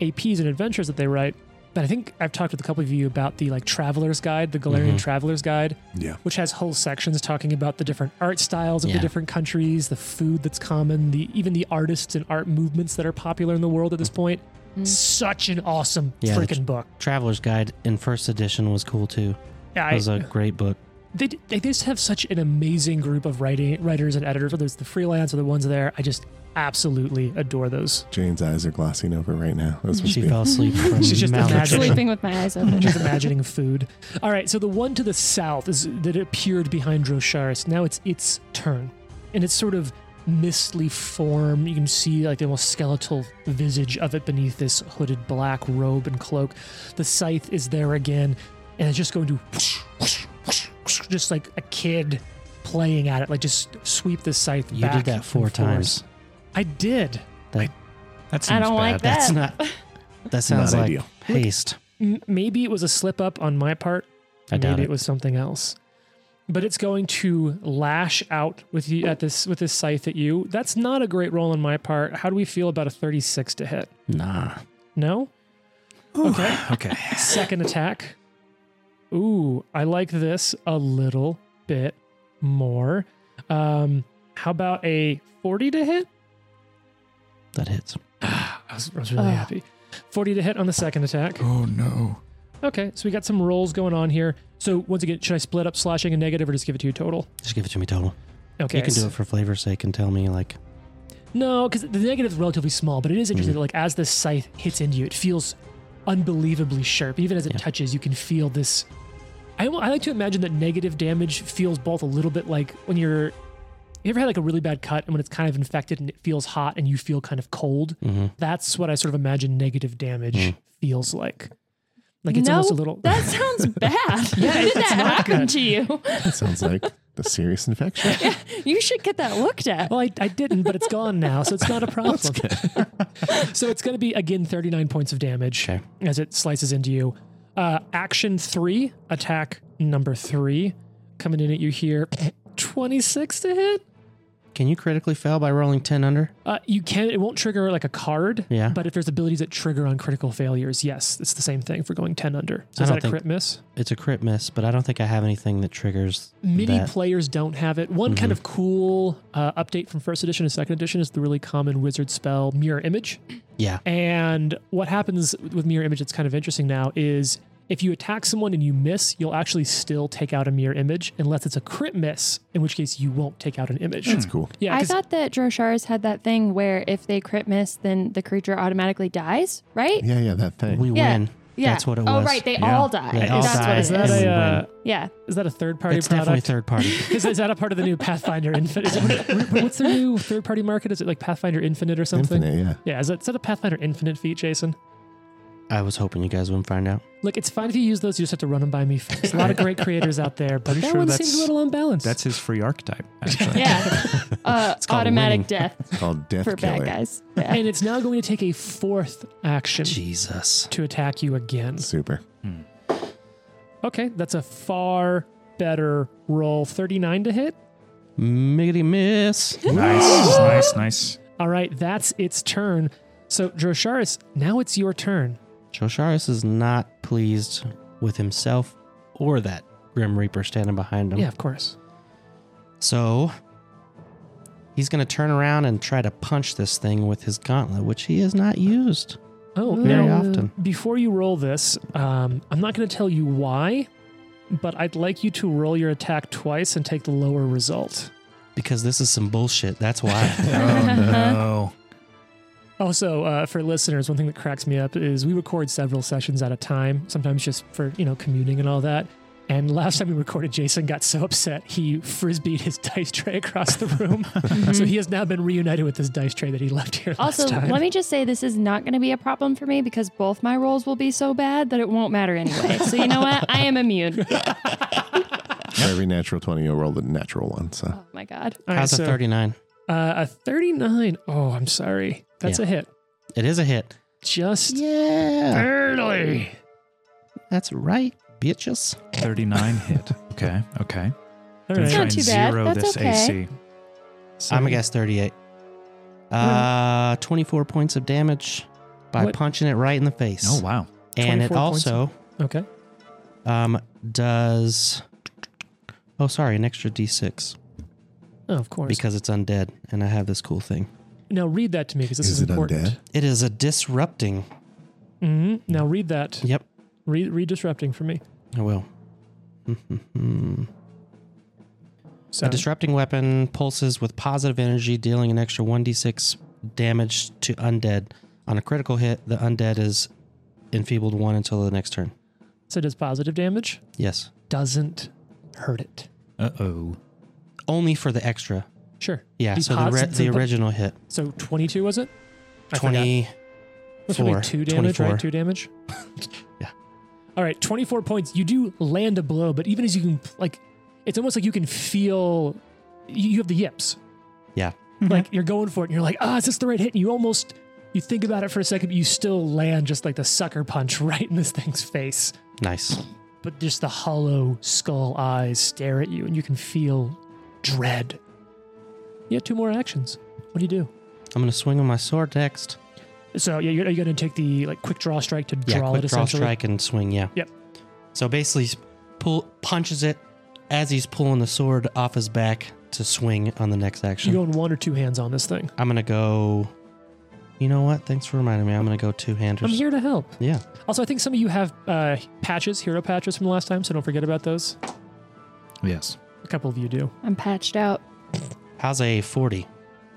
A: APs and adventures that they write, but I think I've talked with a couple of you about the like Traveler's Guide, the Galarian
C: Mhm.
A: Traveler's Guide,
F: Yeah.
A: which has whole sections talking about the different art styles of the
C: Yeah.
A: different countries, the food that's common, the even the artists and art movements that are popular in the world at this point.
D: Mm.
A: Such an awesome
C: Yeah, the
A: freaking book.
C: Traveler's Guide in first edition was cool too.
A: Yeah,
C: It was
A: I-
C: a great book.
A: they, they just have such an amazing group of writing writers and editors. Whether it's the freelance or the ones there, I just absolutely adore those.
F: Jane's eyes are glossing over right now. Those must
C: She
F: be-
C: fell asleep from
A: She's just
C: malnutrition.
A: imagining.
D: Sleeping with my eyes open.
A: Just imagining food. All right, so the one to the south is that appeared behind Drosharis. Now it's its turn, and it's sort of mistly form. You can see like the almost skeletal visage of it beneath this hooded black robe and cloak. The scythe is there again, and it's just going to whoosh, whoosh, whoosh, whoosh, just like a kid playing at it. Like just sweep the scythe.
C: You
A: back
C: did that
A: and
C: four
A: forth.
C: times.
A: I did.
B: That seems
D: I don't
B: bad.
D: like that.
C: That's not.
D: (laughs)
C: That sounds
F: Not
C: like
F: ideal.
C: haste.
A: M- maybe it was a slip up on my part.
C: I doubt
A: maybe
C: it.
A: it. was something else. But it's going to lash out with you at this with this scythe at you. That's not a great roll on my part. How do we feel about a 36 to hit?
C: Nah.
A: No? (sighs) Okay.
B: Okay.
A: Second attack. Ooh, I like this a little bit more. Um, how about a 40 to hit?
C: That hits.
A: I was, I was really
D: Ah.
A: happy. 40 to hit on the second attack.
B: Oh no.
A: Okay, so we got some rolls going on here. So once again, should I split up slashing and negative or just give it to you total?
C: Just give it to me total.
A: Okay.
C: you can
A: so-
C: do it for flavor's sake and tell me like
A: No, because the negative is relatively small, but it is
C: Mm-hmm.
A: interesting. that Like as this scythe hits into you, it feels unbelievably sharp. Even as it
C: Yeah.
A: touches, you can feel this. I, I like to imagine that negative damage feels both a little bit like when you're. You ever had like a really bad cut and when it's kind of infected and it feels hot and you feel kind of cold?
C: mhm.
A: That's what I sort of imagine negative damage
C: Mm.
A: feels like. Like it's
D: no,
A: almost a little.
D: That
A: (laughs)
D: sounds bad.
A: Yeah,
D: How did
A: it's
D: that
A: not
D: happen
A: good.
D: to you?
F: That sounds like a serious infection.
D: You should get that looked at.
A: Well, I, I didn't, but it's gone now, so it's
C: (laughs)
A: not a problem. (laughs) so it's going to be, again, 39 points of damage
C: Okay.
A: as it slices into you. Uh, action three, attack number three, coming in at you here. (clears throat) 26 to hit?
C: Can you critically fail by rolling ten under?
A: Uh, you can, it won't trigger like a card,
C: Yeah.
A: but if there's abilities that trigger on critical failures, yes, it's the same thing for going 10 under. So
C: I
A: is
C: don't
A: that a
C: think-
A: crit miss?
C: It's a crit miss, but I don't think I have anything that triggers
A: Many
C: that.
A: players don't have it. One
C: Mm-hmm.
A: kind of cool uh, update from first edition to second edition is the really common wizard spell Mirror Image.
C: yeah.
A: And what happens with mirror image that's kind of interesting now is if you attack someone and you miss, you'll actually still take out a mirror image unless it's a crit miss, in which case you won't take out an image.
F: That's cool.
A: yeah,
D: I
A: 'cause-
D: thought that Drosharis had that thing where if they crit miss, then the creature automatically dies, right?
F: Yeah, yeah, that thing.
C: We
D: Yeah.
C: win.
D: Yeah.
C: That's what it
D: Oh,
C: was.
D: right. They
B: Yeah.
D: all die.
C: They all
D: That's
C: die.
A: is
D: what
A: that
D: it is.
C: And
A: a
C: we
A: uh,
D: yeah.
A: is that a third party
C: That's definitely
A: product?
C: third party.
A: Is, is that a part of the new Pathfinder Infinite? Is it, what's their new third party market? Is it like Pathfinder Infinite or something?
F: Infinite, yeah.
A: Yeah, is that, is that a Pathfinder Infinite feat, Jason?
C: I was hoping you guys wouldn't find out.
A: Look, it's fine if you use those. You just have to run them by me. There's a lot of great creators out there, but
B: Pretty
A: that
B: sure
A: one
B: that's-
A: seems a little unbalanced.
B: That's his free archetype. Actually.
C: (laughs)
D: (laughs) Yeah. Uh,
C: called
D: automatic
C: winning.
D: death
F: It's called Death
D: for
F: Killer.
D: bad
F: (laughs)
D: guys. Yeah.
A: and it's now going to take a fourth action.
C: Jesus.
A: to attack you again.
F: Super.
A: Okay, that's a far better roll. 39 to hit.
C: Miggity miss.
B: Nice, nice,
D: (laughs)
B: nice.
A: All right, that's its turn. So, Drosharis, now it's your turn.
C: Josharis is not pleased with himself or that Grim Reaper standing behind him.
A: Yeah, of course.
C: So he's going to turn around and try to punch this thing with his gauntlet, which he has not used.
A: Oh,
C: Very
A: now,
C: often.
A: Before you roll this, um, I'm not going to tell you why, but I'd like you to roll your attack twice and take the lower result.
C: Because this is some bullshit.
A: (laughs)
C: That's why.
B: Oh
D: Uh-huh.
B: no.
A: Also, uh, for listeners, one thing that cracks me up is we record several sessions at a time, sometimes just for, you know, commuting and all that. And last time we recorded, Jason got so upset he frisbeed his (laughs) dice tray across the
D: (laughs)
A: room. So he has now been reunited with this dice tray that he left here last
D: Mhm. Also,
A: time.
D: let me just say this is not going to be a problem for me because both my rolls will be so bad that it won't matter anyway. So you know what? I am
F: (laughs)
D: immune.
F: For every natural 20, you'll roll the natural one. So
D: Oh my god.
A: All right,
C: How's
A: so,
C: a 39?
A: Uh, a 39. Oh, I'm sorry. That's
C: Yeah.
A: a hit.
C: It is a hit.
A: Just
C: Yeah.
A: barely.
C: That's right, bitches.
B: 39 hit. Okay. Okay. (laughs)
A: All
B: Gonna
A: right.
B: try
D: That's not
B: and
D: too bad.
B: zero
D: That's
B: this
D: okay.
B: AC.
A: So-
C: I'm going to guess 38. Uh, 24 points of damage by
A: What?
C: punching it right in the face.
B: Oh, wow.
C: and it
A: 24 points?
C: also
A: Okay.
C: um, does. Oh, sorry, an extra d6
A: Oh, of course.
C: because it's undead, and I have this cool thing.
A: now read that to me because this is,
F: is it
A: important.
F: undead?
C: It is a disrupting.
A: hmm Now read that.
C: Yep,
A: Read, read disrupting for me.
C: I will.
A: So
C: A disrupting weapon pulses with positive energy, dealing an extra 1d6 damage to undead. On a critical hit, the undead is enfeebled one until the next turn.
A: so does positive damage
C: Yes.
A: doesn't hurt it.
B: Uh oh.
C: Only for the extra.
A: Sure.
C: Yeah,
A: The
C: so the,
A: pos-
C: re-
A: so
C: the original hit.
A: So 22 was it? I forgot.
C: 24.
A: That's probably two damage,
C: 24.
A: right? Two damage.
C: (laughs) Yeah.
A: All right, 24 points. You do land a blow, but even as you can, like, it's almost like you can feel you, you have the yips.
C: Yeah.
A: Like, you're going for it and you're like, ah, is this the right hit? And you almost, you think about it for a second, but you still land just like the sucker punch (laughs) right in this thing's face.
C: Nice.
A: But just the hollow skull eyes stare at you and you can feel dread. You have two more actions. What do you do?
C: I'm going to swing on my sword next.
A: So, yeah, you're, you're going to take the like quick draw strike to
C: Yeah,
A: draw
C: quick
A: it
C: draw
A: essentially.
C: strike and swing, yeah.
A: Yep.
C: So basically, s- pull punches it as he's pulling the sword off his back to swing on the next
A: You're
C: action.
A: going one or two hands on this thing.
C: I'm gonna go. You know what? Thanks for reminding me. I'm gonna go two handers.
A: I'm here to help.
C: Yeah.
A: Also, I think some of you have uh, patches, hero patches from last time, so don't forget about those.
B: Yes.
A: A couple of you do.
D: I'm patched out.
C: How's a 40?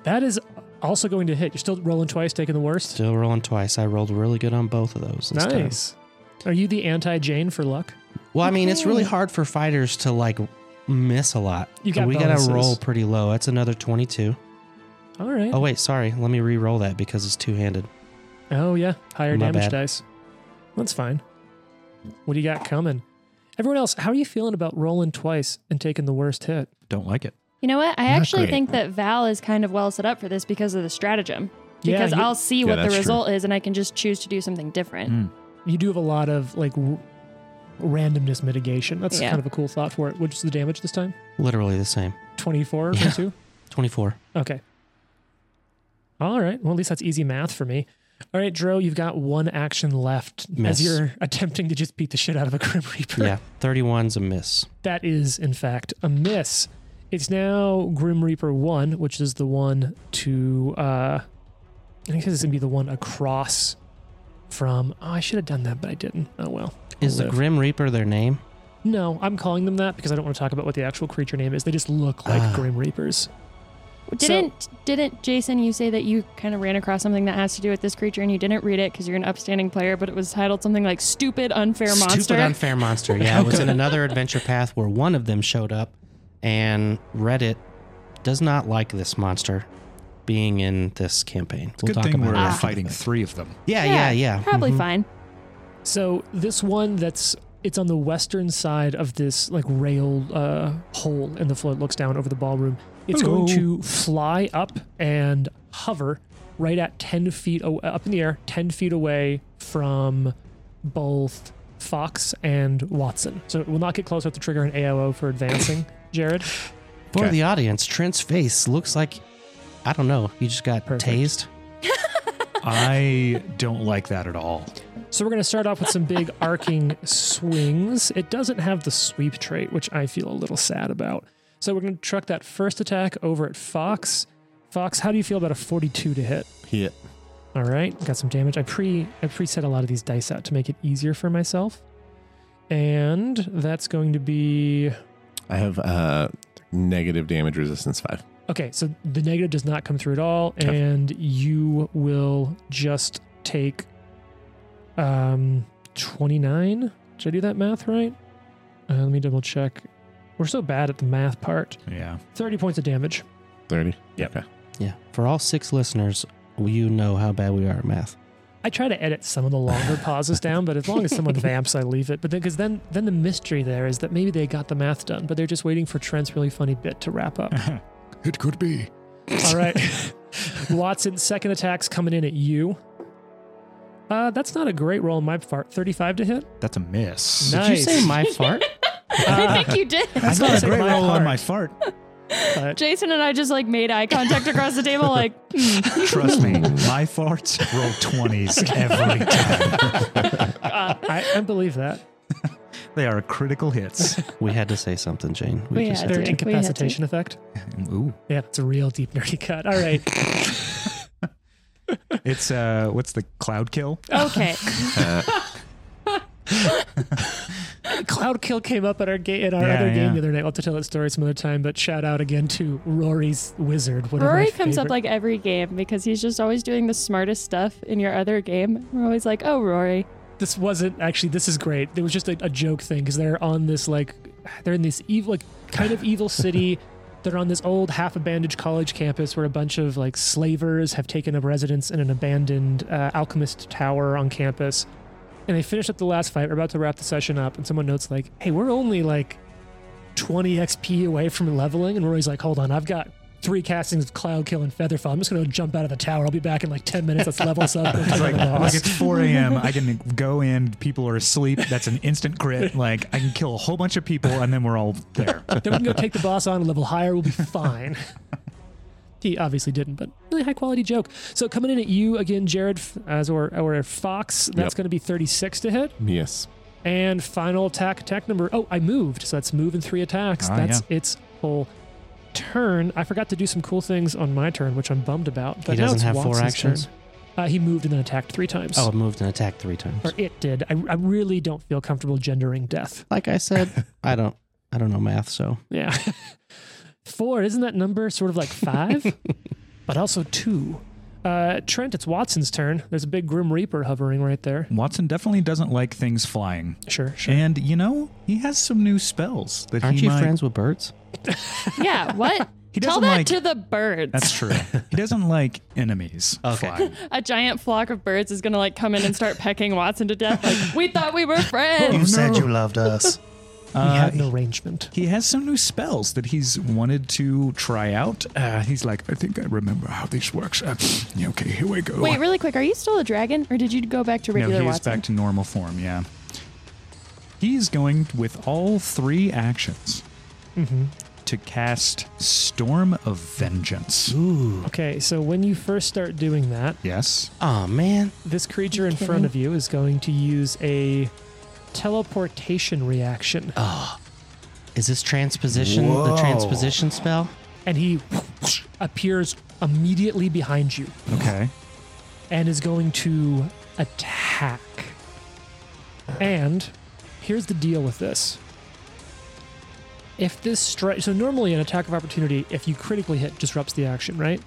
A: That is also going to hit. You're still rolling twice, taking the worst.
C: Still rolling twice. I rolled really good on both of those. This time.
A: Nice. Are you the anti Jane for luck?
C: Well, I mean, it's really
D: Okay.
C: hard for fighters to like miss a lot.
A: You got
C: we
A: bonuses.
C: gotta roll pretty low. That's another 22.
A: All right.
C: Oh
A: Oh,
C: wait, sorry. Let me re-roll that because it's two-handed.
A: yeah. Higher
C: My
A: damage
C: bad.
A: dice. That's fine. What do you got coming? Everyone else, how are you feeling about rolling twice and taking the worst hit?
B: Don't like it.
D: You know what? I
F: Not
D: actually
F: great.
D: think that Val is kind of well set up for this because of the stratagem.
A: Yeah,
D: Because
A: you-
D: I'll see
F: Yeah,
D: what the
F: that's true.
D: result is and I can just choose to do something different.
B: Mm.
A: You do have a lot of like r- randomness mitigation. That's
D: Yeah.
A: kind of a cool thought for it. What's the damage this time?
C: Literally the same.
A: 24 or
C: Yeah.
A: 2?
C: 24.
A: Okay. All right. Well, at least that's easy math for me. All right, Dro, you've got one action left
C: Miss.
A: as you're (laughs) attempting to just beat the shit out of a Grim Reaper.
C: yeah. 31's a miss.
A: That is, in fact, a miss. It's now Grim Reaper 1, which is the one to, uh, I guess it's going to be the one across from, oh, I should have done that, but I didn't. Oh, well.
C: Is the
A: Live.
C: Grim Reaper their name?
A: No, I'm calling them that because I don't want to talk about what the actual creature name is. They just look like
C: Ah.
A: Grim Reapers.
D: Didn't didn't Jason you say that you kind of ran across something that has to do with this creature and you didn't read it because you're an upstanding player, but it was titled something like "Stupid Unfair Monster"?
C: Stupid unfair
D: (laughs)
C: monster. Yeah, it was in another adventure path where one of them showed up, and Reddit does not like this monster being in this campaign. We'll
B: Good
C: talk
B: thing
C: about
B: we're
C: it. after
B: fighting
C: the fact.
B: three of them.
C: Yeah, yeah, yeah.
D: Ah. Probably
C: Mhm.
D: fine. (laughs)
A: So this one that's it's on the western side of this like rail uh, hole in the floor that looks down over the ballroom. It's going to fly up and hover right at ten feet aw- up in the air, ten feet away from both Fox and Watson. So it will not get close. I have to trigger an AOO for advancing, Jared.
C: For
F: Okay.
C: the audience, Trent's face looks like I don't know. You just got
A: Perfect.
C: tased.
B: (laughs) I don't like that at all.
A: So we're going to start off with some big (laughs) arcing swings. It doesn't have the sweep trait, which I feel a little sad about. So we're going to truck that first attack over at Fox. Fox, how do you feel about a 42 to hit?
F: hit.
A: All right, got some damage. I pre I preset a lot of these dice out to make it easier for myself. And that's going to be
F: I have uh, negative damage resistance five.
A: Okay, so the negative does not come through at all,
F: Okay.
A: and you will just take um 29. Did I do that math right? Uh, let me double check. We're so bad at the math part.
B: Yeah. (laughs)
A: 30 points of damage.
F: 30?
A: Yep.
F: Okay.
C: Yeah. For all six listeners, you know how bad we are at math.
A: I try to edit some of the longer pauses down, but as long as someone vamps, I leave it. But then, because then, then the mystery there is that maybe they got the math done, but they're just waiting for Trent's really funny bit to wrap up.
B: It could be.
A: All right, Watson, second attack's coming in at you. Uh, that's not a great roll on my part. Thirty-five to hit.
B: That's a miss.
A: No.
C: Did
A: Nice.
C: you
A: (laughs)
C: say
D: (laughs)
C: my fart?
D: I think you did.
B: That's
A: I
B: not a
A: said
B: great
A: my
B: roll
A: heart.
B: on my fart.
D: (laughs) Jason and I just like made eye contact across the table, like, hmm,
B: Trust (laughs) me, my farts roll (laughs) 20s every time.
A: I, I believe that.
B: They are critical hits.
C: We had to say something, Jane. We,
D: We
C: just
D: had
C: had
A: Their
D: to.
C: to.
D: We had to.
A: incapacitation effect.
B: Ooh.
A: Yeah, it's a real deep nerdy cut. All right,
B: It's, uh, what's the cloud kill?
D: (laughs) okay.
A: Cloud Kill came up at our ga- in our
B: Yeah,
A: other game
B: yeah.
A: the other night. I'll have to tell that story some other time. But shout out again to Rory's Wizard. One of my
D: Rory comes up
A: favorite-
D: like every game because he's just always doing the smartest stuff in your other game. We're always like, oh, Rory.
A: this wasn't actually this is great it was just a, a joke thing because they're on this like they're in this evil like kind of evil city they're on this old half abandoned college campus where a bunch of like slavers have taken up residence in an abandoned uh, alchemist tower on campus and they finish up the last fight we're about to wrap the session up and someone notes like hey we're only like 20 xp away from leveling and rory's like hold on i've got three castings of cloud kill and featherfall i'm just going to jump out of the tower i'll be back in like 10 minutes let's level us up and
B: (laughs) It's
A: take on (laughs)
B: like,
A: the boss."
B: like it's 4 a.m. I can go in. People are asleep. That's an instant crit. Like I can kill a whole bunch of people, and then we're all there.
A: then we can go take the boss on a level higher.
C: (laughs)
A: We'll be fine. he obviously didn't, but really high quality joke. So coming in at you again, Jared, f- as or or Fox. That's
F: Yep.
A: going to be thirty six to hit,
F: Yes.
A: and final attack attack number. Oh, I moved, so that's move and three attacks.
B: Ah,
A: that's its whole turn. I forgot to do some cool things on my turn, which I'm bummed about. But
C: He
A: now
C: doesn't
A: it's
C: have four
A: Watson's turn.
C: actions.
A: Uh, he moved and then attacked three times.
C: Oh, it moved and attacked three times.
A: Or it did. I, I really don't feel comfortable gendering death.
C: Like I (laughs) said, I don't. I don't know math, so
A: Yeah. Four, isn't that number sort of like five? but also two. Uh, Trent, it's Watson's turn. There's a big Grim Reaper hovering right there.
B: Watson definitely doesn't like things flying,
A: Sure, sure.
B: and you know he has some new spells that
C: aren't
B: he
C: you
B: might.
C: friends with birds?
D: Yeah, what?
B: He
D: Tell
B: doesn't
D: that
B: like.
D: to the
B: (laughs)
D: birds.
B: that's true. He doesn't like enemies.
C: Okay.
B: flying.
D: a giant flock of birds is gonna like come in and start pecking Watson to death. Like, we thought we were
C: Oh,
D: friends.
B: said you
C: loved (laughs) us.
A: we
B: Uh,
A: have an arrangement.
B: he has some new spells that he's wanted to try out. Uh, he's like, I think I remember how this works. Uh, yeah, okay, here we go.
D: (laughs) Wait, really quick, are you still a dragon, or did you go back to
B: no,
D: regular
B: he is
D: Watson?
B: back to normal form. Yeah, he's going with all three actions
A: Mm-hmm.
B: to cast Storm of Vengeance. Hmm.
A: Okay, so when you first start doing that,
B: Yes.
C: Oh man,
A: this creature in front of you is going to use a teleportation reaction.
B: Uh.
C: is this transposition the
B: Whoa.
C: transposition spell?
A: And he appears immediately behind you
B: Okay.
A: and is going to attack. And here's the deal with this. If this strike, so normally an attack of opportunity, if you critically hit, disrupts the action, right?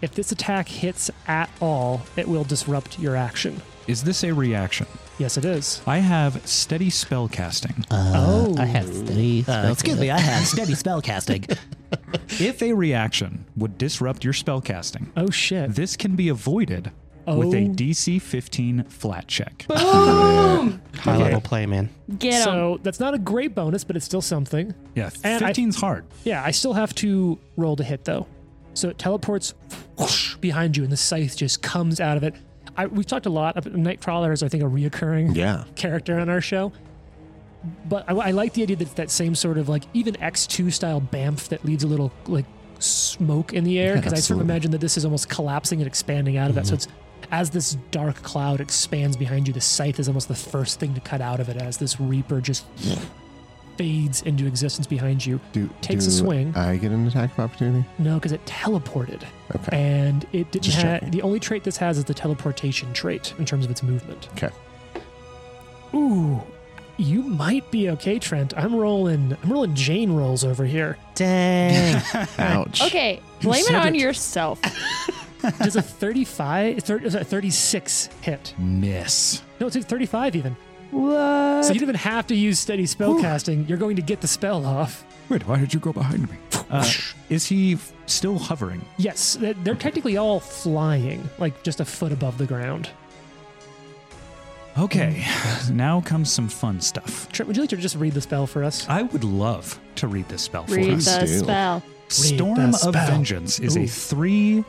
A: If this attack hits at all, it will disrupt your action.
B: Is this a reaction?
A: Yes, it is.
B: I have steady spell casting.
A: oh,
C: steady.
H: excuse me, I have steady spell casting.
B: if a reaction would disrupt your spell casting,
A: oh shit!
B: this can be avoided with a
A: Oh.
B: DC 15 flat check.
C: High level play, man.
D: Get him.
A: so that's not a great bonus, but it's still something.
B: Yeah,
A: And I-
B: 15's hard.
A: Yeah, I still have to roll to hit though. So it teleports whoosh behind you, and the scythe just comes out of it. I, we've talked a lot. About, Nightcrawler is, I think, a reoccurring
F: Yeah.
A: character on our show. But I, I like the idea that it's that same sort of like even X2 style bamf that leaves a little like smoke in the
F: (laughs)
A: air because I sort of
F: absolutely. Mm-hmm.
A: imagine that this is almost collapsing and expanding out of that. So it's as this dark cloud expands behind you, the scythe is almost the first thing to cut out of it as this reaper just fades into existence behind you.
F: Do,
A: Takes a
F: do
A: swing.
F: I get an attack of opportunity.
A: No, because it teleported,
F: Okay.
A: and it didn't
F: Just
A: have
F: checking.
A: the only trait this has is the teleportation trait in terms of its movement.
F: Okay.
A: Ooh, you might be okay, Trent. I'm rolling. I'm rolling Jane rolls over here.
C: Dang.
F: Ouch.
D: (laughs) Okay, blame it
A: said
D: on
A: it?
D: (laughs) yourself.
A: (laughs) Does a 35, thir- is that 36 hit?
B: Miss.
A: No, it's a 35 even.
D: What?
A: So you don't even have to use steady spell casting. You're going to get the spell off.
B: Wait, why did you go behind me? Uh, is he f- still hovering?
A: Yes, they're they're technically all flying, like just a foot above the ground.
B: Okay, now comes some fun stuff.
A: Trent, would you like to just read the spell for us?
B: I would love to read this spell for
D: Read
B: us.
D: the
F: Steel.
D: spell.
B: Storm
A: Read
B: of
A: the spell.
B: Vengeance is
A: Ooh.
B: a three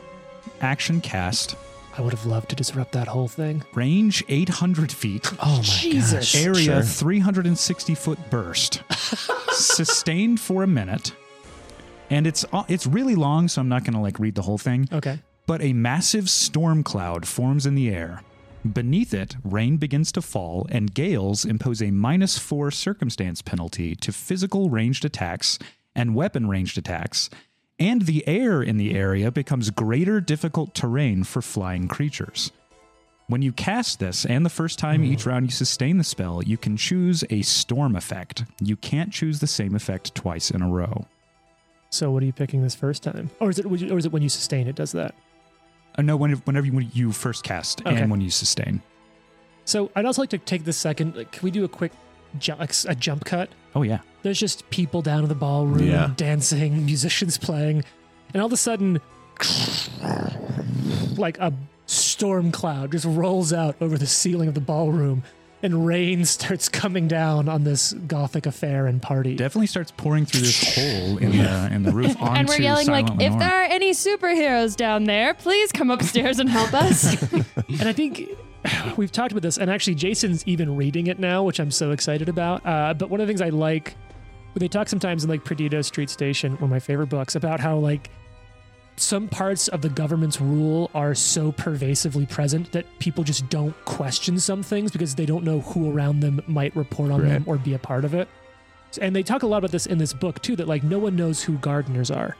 B: action cast,
A: I would have loved to disrupt that whole thing.
B: range 800 feet,
C: Oh my
A: Jesus.
C: gosh.
B: area
C: Sure.
B: 360 foot
D: (laughs)
B: burst, sustained for a minute. And it's uh, it's really long, so I'm not going to like read the whole thing.
A: Okay.
B: But a massive storm cloud forms in the air. Beneath it, rain begins to fall, and gales impose a minus four circumstance penalty to physical ranged attacks and weapon ranged attacks, and the air in the area becomes greater difficult terrain for flying creatures. When you cast this, and the first time each round you sustain the spell, you can choose a storm effect. You can't choose the same effect twice in a row.
A: So what are you picking this first time? Or is it would you- or is it when you sustain it does that?
B: Uh, no, when- whenever you- you first cast
A: Okay.
B: and when you sustain.
A: So I'd also like to take this second. Like, can we do a quick ju- a jump cut?
B: Oh, yeah.
A: There's just people down in the ballroom
F: Yeah.
A: dancing, musicians playing, and all of a sudden, like a storm cloud just rolls out over the ceiling of the ballroom, and rain (laughs) starts coming down on this gothic affair and party.
B: definitely starts pouring through this hole in the in the roof onto
D: (laughs) And we're yelling like,
B: Silent
D: if
B: Lenore.
D: there are any superheroes down there, please come upstairs and help us.
A: and I think (sighs) we've talked about this, and actually, Jason's even reading it now, which I'm so excited about. Uh, but one of the things I like, when they talk sometimes in like Perdido Street Station, one of my favorite books, about how like some parts of the government's rule are so pervasively present that people just don't question some things because they don't know who around them might report on them
F: Right.
A: or be a part of it. And they talk a lot about this in this book too that like no one knows who gardeners are.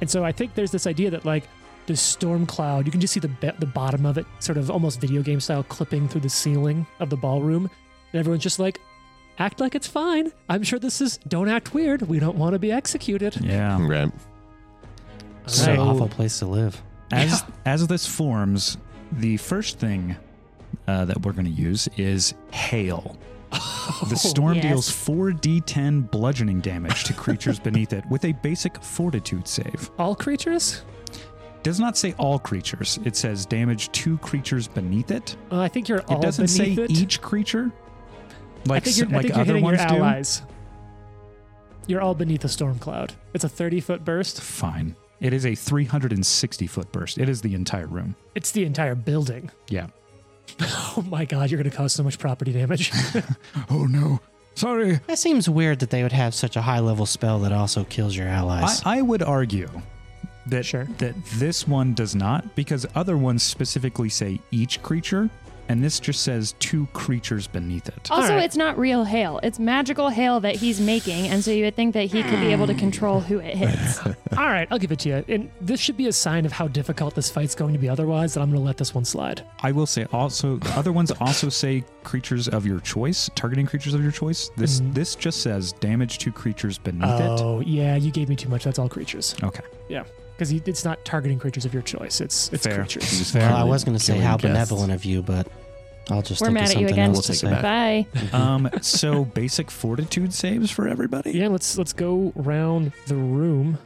A: And so I think there's this idea that like the storm cloud, you can just see the be- the bottom of it sort of almost video game style clipping through the ceiling of the ballroom and everyone's just like act like it's fine. I'm sure this is don't act weird. We don't want to be executed.
B: yeah.
F: Right.
C: (laughs) It's an
A: So-
C: awful place to live.
B: As as this forms, the first thing uh, that we're going to use is hail.
A: Oh,
B: The storm
D: yes.
B: deals 4d10 bludgeoning damage to
A: (laughs)
B: creatures beneath it with a basic fortitude save.
A: All creatures?
B: Does not say all creatures. It says damage to creatures beneath it.
A: Uh, I think you're
B: It
A: all
B: doesn't say
A: beneath it.
B: each creature.
A: I
B: Like
A: think you're,
B: some-
A: I
B: like
A: think you're
B: other
A: hitting
B: ones
A: your
B: do.
A: allies. You're all beneath a storm cloud. It's a 30 foot burst.
B: Fine. It is a 360 foot burst. It is the entire room.
A: It's the entire building. (laughs)
B: Yeah.
A: Oh my god, you're going to cause so much property damage.
B: Oh no. Sorry.
C: That seems weird that they would have such a high level spell that also kills your
B: I,
C: allies.
B: I would argue that
A: Sure.
B: that this one does not because other ones specifically say each creature and this just says two creatures beneath it.
D: (laughs) also,
A: All right.
D: it's not real hail. It's magical hail that he's making, and so you would think that he could be able to control who
B: (sighs)
D: it hits.
A: all right, I'll give it to you. And this should be a sign of how difficult this fight's going to be otherwise that I'm going to let this one slide.
B: I will say also the other ones also say creatures of your choice, targeting creatures of your choice. This
A: Mhm.
B: this just says damage to creatures beneath
A: Oh, yeah, you gave me too much. That's all creatures.
B: it. Okay.
A: Because it's not targeting creatures of your choice. It's it's
B: Fair.
A: creatures.
C: well, I was going to say
F: Killing
C: how
F: guests.
C: benevolent of you, but I'll just
D: We're
C: think
D: mad
C: of
D: at you
C: something
D: again.
C: else to say.
F: We'll take it
D: Bye.
B: Um so basic fortitude saves for everybody?
A: Yeah, let's let's go round the room.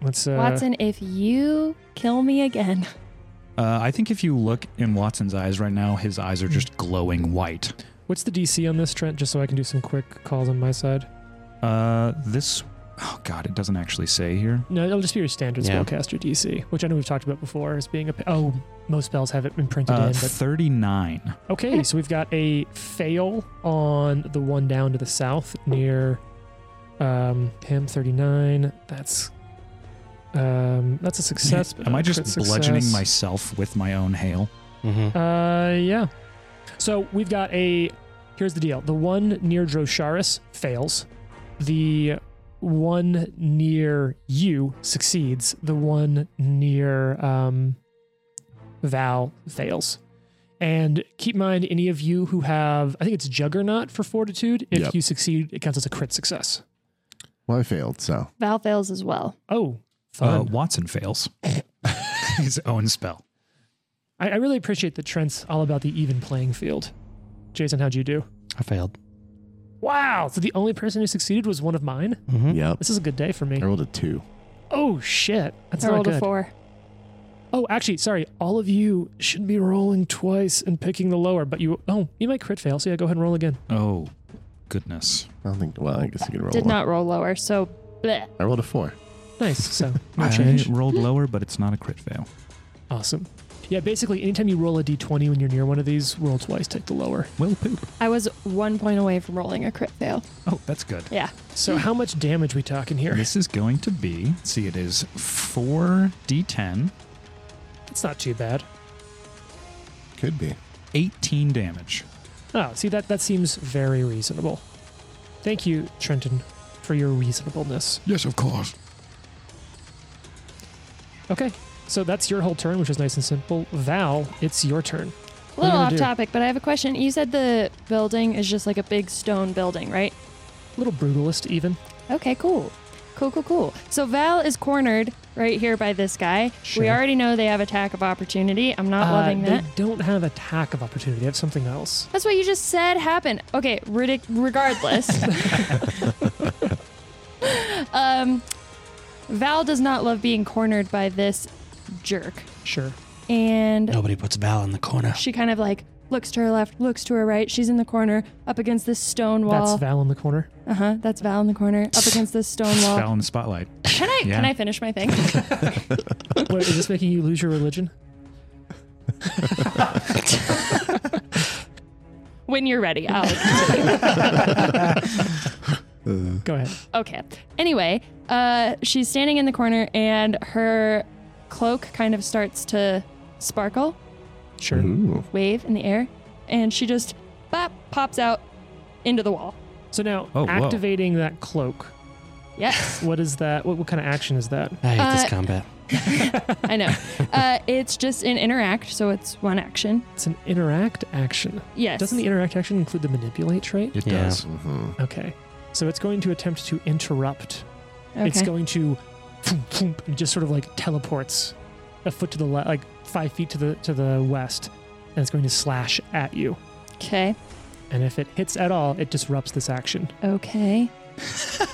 A: Let's uh
D: Watson, if you kill me again, (laughs)
B: Uh, I think if you look in Watson's eyes right now, his eyes are just glowing white.
A: What's the DC on this, Trent? Just so I can do some quick calls on my side.
B: Uh, this. Oh God, it doesn't actually say here.
A: No, it'll just be your standard
C: Yeah.
A: spellcaster DC, which I know we've talked about before as being a. pa- Oh, most spells have it imprinted
B: Uh,
A: in. But
B: Thirty-nine. (laughs)
A: okay, so we've got a fail on the one down to the south near um, him. Thirty nine. That's um, that's a success. but
B: Am I
A: not a
B: just
A: crit
B: bludgeoning
A: success.
B: myself with my own hail?
C: Mhm.
A: Uh, yeah. So we've got a. Here's the deal: the one near Drosharis fails, the one near you succeeds, the one near um, Val fails. And keep in mind, any of you who have, I think it's Juggernaut for Fortitude. If
F: Yep.
A: you succeed, it counts as a crit success.
F: Well, I failed, so
D: Val fails as well.
A: Oh,
B: Uh,
A: fun!
B: Watson fails. (laughs) His own spell.
A: I, I really appreciate that Trent's all about the even playing field. Jason, how'd you do?
C: I failed.
A: Wow. So the only person who succeeded was one of mine?
C: hmm
F: Yep.
A: This is a good day for me.
F: I rolled a two.
A: Oh, shit. That's
D: I
A: not
D: rolled
A: good.
D: a four.
A: Oh, actually, sorry. All of you should be rolling twice and picking the lower, but you, oh, you might crit fail. So yeah, go ahead and roll again.
B: Oh, goodness.
F: I don't think. Well, I guess you can roll.
D: Did
F: one.
D: not roll lower, so bleh.
F: I rolled a four.
A: Nice. So no
B: I
A: change.
B: rolled lower, but it's not a crit fail.
A: Awesome. Yeah, basically, anytime you roll a d20 when you're near one of these, roll twice, take the lower.
B: Will poop.
D: I was one point away from rolling a crit fail.
B: Oh, that's good.
D: Yeah.
A: So, how much damage we talking here?
B: This is going to be, let's see, it is 4d10,
A: It's not too bad.
F: Could be.
B: 18 damage.
A: Oh, see that that seems very reasonable. Thank you, Trenton, for your reasonableness.
B: Yes, of course.
A: Okay, so that's your whole turn, which is nice and simple. Val, it's your turn.
D: A
A: What are you
D: little
A: gonna
D: off
A: do?
D: topic, but I have a question. You said the building is just like a big stone building, right?
A: A little brutalist, even.
D: Okay, cool. Cool, cool, cool. So Val is cornered right here by this guy.
A: Sure.
D: We already know they have attack of opportunity. I'm not
A: Uh,
D: loving that.
A: They don't have attack of opportunity. They have something else.
D: That's what you just said happened. Okay, ridic-
A: (laughs)
D: regardless. um, Val does not love being cornered by this jerk.
A: Sure. Oh,
D: And
C: Nobody puts Val in the corner.
D: she kind of like looks to her left, looks to her right. She's in the corner up against this stone
A: That's
D: wall.
A: Val in the corner.
D: Uh huh. That's Val in the corner
A: (laughs)
D: up against this stone
B: Fell
D: wall.
B: in the spotlight.
D: Can I
B: Yeah.
D: can I finish my thing? (laughs)
A: Wait, is this making you lose your religion?
D: when you're ready, I'll
A: (laughs) Go ahead.
D: Okay. Anyway, uh, she's standing in the corner and her cloak kind of starts to sparkle,
A: Sure.
B: Mm-hmm.
F: Ooh.
D: wave in the air, and she just bop, pops out into the wall.
A: So now,
B: Oh, whoa.
A: activating that cloak.
D: Yes,
A: What is that? What, what kind of action is that?
C: I hate
D: Uh,
C: this combat.
A: (laughs)
D: I know. Uh, it's just an interact, so it's one action.
A: It's an interact action.
D: Yes.
A: Doesn't the interact action include the manipulate trait?
B: It
C: Yeah.
B: does.
F: Mhm.
A: Okay. So it's going to attempt to interrupt.
D: okay.
A: It's going to phoom, phoom, and just sort of like teleports a foot to the left, like five feet to the to the west, and it's going to slash at you.
D: okay.
A: And if it hits at all, it disrupts this action.
D: Okay.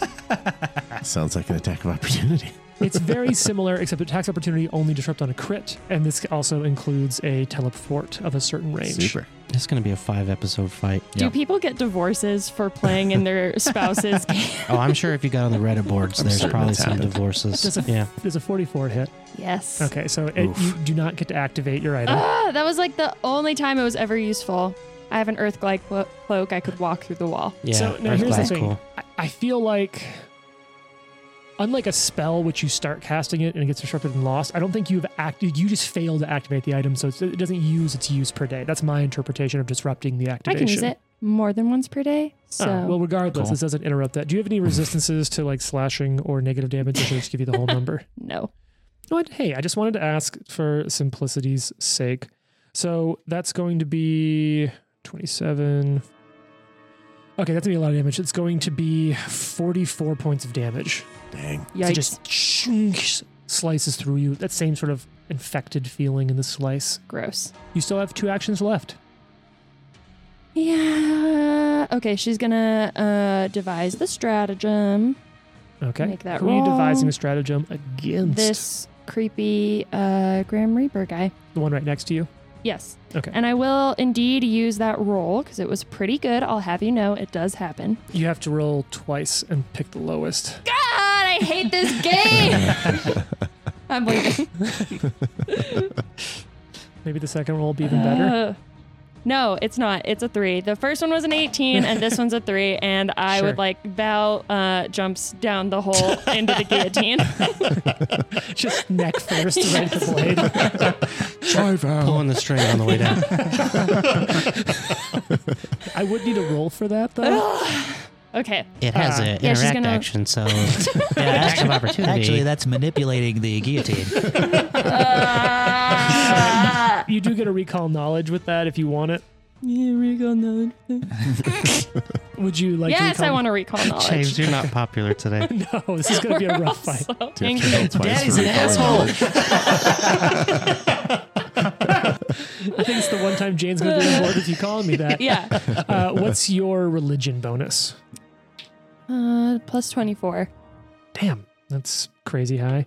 F: (laughs) Sounds like an attack of opportunity.
A: It's
D: (laughs)
A: very similar, except attacks opportunity only disrupt on a crit, and this also includes a teleport of a certain range.
F: Super.
C: It's going to be a five episode fight.
D: Do (laughs) people get divorces for playing
A: (laughs)
D: in their spouse's game?
C: Oh, I'm sure if you got on the Reddit boards,
F: I'm
C: there's
F: certain
C: probably
F: it's
C: some
F: happened.
C: divorces.
A: Does a-
C: yeah.
A: There's a 44 hit.
D: Yes.
A: Okay, so it,
F: Oof.
A: you do not get to activate your item.
D: Ah, that was like the only time it was ever useful. I have an earth-like clo- cloak. I could walk through the wall.
C: Yeah.
A: So, now
C: Earth
A: here's the
C: Glass,
A: thing.
C: cool.
A: I, I feel like, unlike a spell, which you start casting it and it gets disrupted and lost, I don't think you've acted. You just fail to activate the item, so it's, it doesn't use its use per day. That's my interpretation of disrupting the
D: I
A: activation.
D: can use it more than once per day. So
A: Ah, well, regardless,
B: Cool.
A: this doesn't interrupt that. Do you have
D: (laughs)
A: any resistances to like slashing or negative damage? Or should I just give you the whole number?
D: no.
A: No, I- Hey, I just wanted to ask for simplicity's sake. So that's going to be 27. Okay, that's going to be a lot of damage. It's going to be 44 points of damage.
F: Dang.
D: Yikes.
A: So just shoosh, slices through you. That same sort of infected feeling in the slice.
D: gross.
A: You still have two actions left.
D: Yeah. Okay, she's gonna uh, devise the stratagem.
A: Okay.
D: Make that
A: Who are you devising
D: roll.
A: a stratagem against?
D: This creepy uh, Grim Reaper guy.
A: The one right next to you?
D: Yes.
A: Okay.
D: And I will indeed use that roll because it was pretty good. I'll have you know it does happen.
A: You have to roll twice and pick the lowest.
D: God, I hate this
A: (laughs)
D: game. I'm leaving.
A: Maybe the second roll will be even better.
D: Uh, no, it's not. It's a three. The first one was an 18, and this one's a three. And I
A: Sure.
D: would like Val uh, jumps down the hole into the
F: (laughs)
D: guillotine.
A: (laughs) Just neck first right at the blade.
C: Pulling the string on the way down.
A: I would need a roll for that
D: (laughs)
A: though.
D: okay.
C: It has
A: Uh,
C: an
D: yeah, she's
C: interact
D: gonna-
C: action, so yeah, action of opportunity.
H: Actually, that's manipulating the guillotine.
D: (laughs) Uh,
A: you do get a recall knowledge with that if you want it. (laughs) Would you like?
D: yes,
A: recall?
D: I want to recall knowledge. Oh,
C: James, Oh, you're not popular today.
A: (laughs) No, this is gonna be
D: (laughs)
A: a rough fight.
D: So
F: Do you have to
D: angry.
F: roll twice
H: Daddy's
F: for
H: an
F: recall
H: asshole.
F: knowledge?
A: I think it's the one time Jane's going to be on board with you calling me
D: (laughs)
A: that. (laughs)
D: yeah.
A: Uh, what's your religion bonus?
D: Uh, plus 24.
A: Damn, that's crazy high.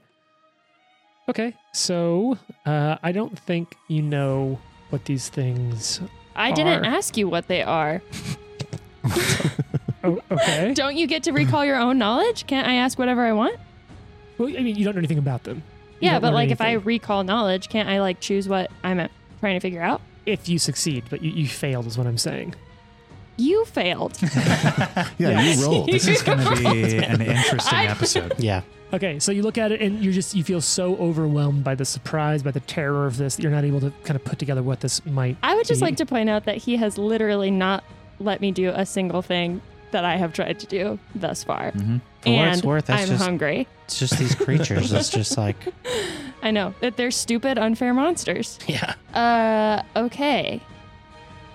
A: Okay, so uh, I don't think you know what these things.
D: I didn't
A: Are.
D: ask you what they are.
A: Oh,
D: (laughs)
A: okay.
D: Don't you get to recall your own knowledge? Can't I ask whatever I want?
A: well, I mean, you don't know anything about them. You
D: Yeah,
A: don't
D: but
A: learn
D: like if I
A: anything.
D: recall knowledge, can't I like choose what I'm uh, trying to figure out?
A: if you succeed, but you, you failed is what I'm saying.
D: You failed.
A: (laughs)
F: Yeah,
A: Yes.
B: (laughs)
F: you rolled.
B: This is going
A: (laughs)
B: to be an interesting
D: I-
B: episode.
C: Yeah.
A: Okay, so you look at it and you're just you feel so overwhelmed by the surprise, by the terror of this that you're not able to kind of put together what this might.
D: I would just
A: be.
D: like to point out that he has literally not let me do a single thing that I have tried to do thus far.
B: Mhm.
C: For what
D: and
C: it's worth, that's
D: I'm
C: just-
D: hungry.
C: It's just these creatures. it's just like,
D: I know that they're stupid, unfair monsters.
H: Yeah.
D: Uh, okay.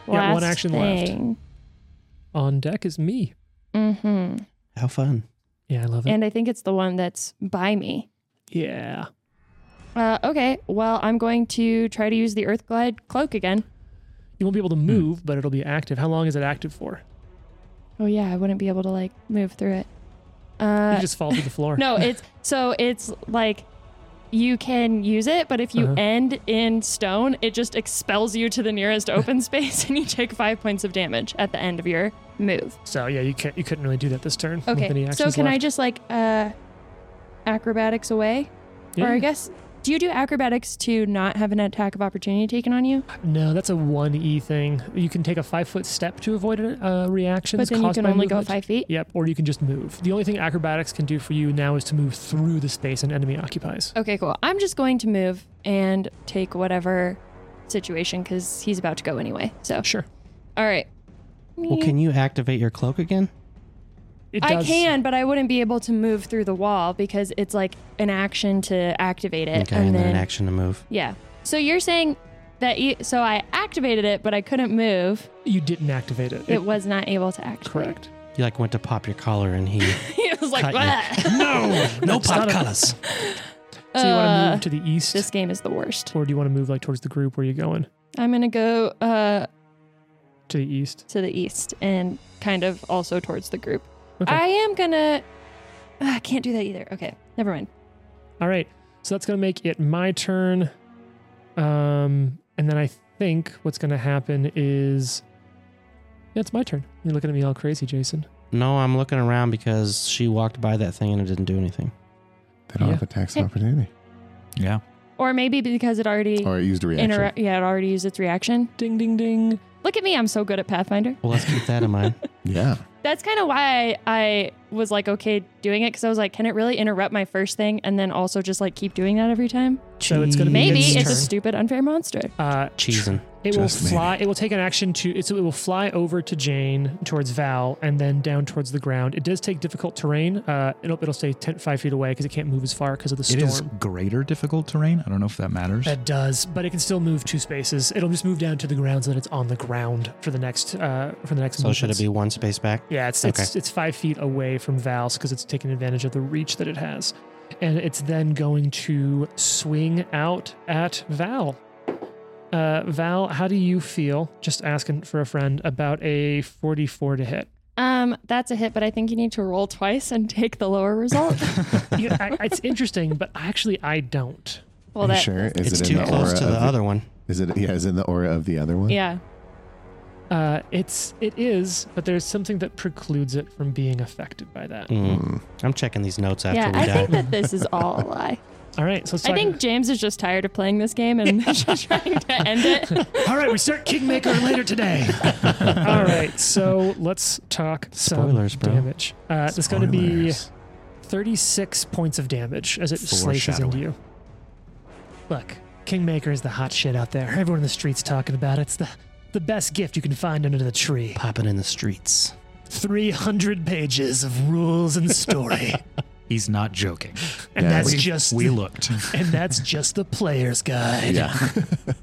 A: Yeah, one action left. on deck is me.
D: left. Mm-hmm.
C: how fun.
A: Yeah, I love it.
D: And I think it's the one that's by me.
A: yeah.
D: Uh, okay. Well, I'm going to try to use the Earth Glide cloak again.
A: You won't be able to move, but it'll be active. How long is it active for?
D: Oh yeah, I wouldn't be able to like move through it.
A: You
D: Uh,
A: just (laughs) fall to the floor.
D: (laughs) no, it's so it's like you can use it, but if you
A: Uh-huh.
D: end in stone, it just expels you to the
A: (laughs)
D: nearest open space, and you take five points of damage at the end of your move.
A: So yeah, you can't. You couldn't really do that this turn. with any
D: Okay. So
A: actions
D: can I
A: left.
D: just like uh, acrobatics away,
A: Yeah.
D: or I guess do you do acrobatics to not have an attack of opportunity taken on you?
A: No, that's a one e thing. You can take a five foot step to avoid uh, reactions.
D: But then you
A: caused
D: can
A: by
D: only
A: movement.
D: go five feet.
A: Yep, or you can just move. The only thing acrobatics can do for you now is to move through the space an enemy occupies.
D: Okay, cool. I'm just going to move and take whatever situation because he's about to go anyway. So,
A: Sure.
D: all right.
C: Well, can you activate your cloak again?
A: It
D: I
A: does-
D: can, but I wouldn't be able to move through the wall because it's like an action to activate it.
C: Okay, and, then an action to move.
D: Yeah. So you're saying that you, so I activated it, but I couldn't move.
A: You didn't activate it.
D: It was not able to activate.
A: correct.
C: You like went to pop your collar and he.
D: (laughs) he was like,
C: Cut (laughs)
A: (laughs)
D: "Bleh."
H: No, Oh, no
A: It's
H: pop
A: not a-
H: colors.
A: So you want to
D: Uh,
A: move to the east,
D: this game is the worst.
A: or do you want to move like towards the group? Where are you going?
D: I'm going to go uh,
A: To the east.
D: to the east and kind of also towards the group.
A: Okay.
D: I am going to. I can't do that either. Okay, never mind.
A: All right. So that's going to make it my turn. Um, and then I think what's going to happen is, yeah, it's my turn. You're looking at me all crazy, Jason.
C: No, I'm looking around because she walked by that thing and it didn't do anything.
F: They don't
A: Yeah.
F: have a tax of opportunity.
B: Yeah.
D: Or maybe because it already
F: Or it used a reaction.
D: inter- yeah, it already used its reaction.
A: Ding, ding, ding.
D: Look at me, I'm so good at Pathfinder.
C: Well, let's keep that in
D: (laughs)
C: mind.
F: yeah.
D: That's kind of why I, I was like okay doing it because I was like, can it really interrupt my first thing and then also just like keep doing that every time?
A: So it's going to be
D: Maybe
A: its,
D: it's, a
A: turn.
D: stupid unfair monster.
A: uh,
C: Cheesing.
A: It will
F: Just maybe.
A: fly. It will take an action to. It's, it will fly over to Jane towards Val and then down towards the ground. It does take difficult terrain. Uh, it'll it'll stay 10, five feet away because it can't move as far because of the
B: It
A: storm.
B: is greater difficult terrain. I don't know if that matters.
A: That does, but it can still move two spaces. It'll just move down to the ground so that it's on the ground for the next uh, for the next.
C: So should
A: movements.
C: it be one space back?
A: Yeah, it's it's it's five feet away from Val's because it's taking advantage of the reach that it has, and it's then going to swing out at Val. Uh, Val, how do you feel? Just asking for a friend about a forty-four to hit.
D: Um, that's a hit, but I think you need to roll twice and (laughs) take the lower result.
A: You- I- it's interesting, but actually I don't.
D: well,
F: Are you
D: that
F: sure? Is
C: it's
F: it
C: too
F: in the
C: close
F: aura
C: to
F: of
C: the other one.
F: Is it yeah, is it in the aura of the other one?
D: yeah.
A: Uh, it's it is, but there's something that precludes it from being affected by that.
F: Hmm.
C: Mm. I'm checking these notes after
D: Yeah,
C: we
D: I
C: die.
D: think that this is all a
F: (laughs)
D: lie.
A: All right, so let's
D: I
A: talk-
D: think James is just tired of playing this game
F: (laughs)
D: and (laughs) just trying to end it.
A: All right, we start Kingmaker later today. (laughs) All right, so let's talk some
C: Spoilers, bro.
A: damage. Uh, it's going to be
F: Spoilers.
A: 36 points of damage as it slices into you. Look, Kingmaker is the hot shit out there. Everyone in the streets talking about it. It's the the best gift you can find under the tree.
C: Popping in the streets.
A: 300 pages of rules and
F: (laughs)
A: story.
B: He's not joking.
A: And
F: Yeah,
A: that's
F: we-
A: just
B: We
A: (laughs)
B: looked. (laughs)
A: and that's just the player's guide.
F: Yeah.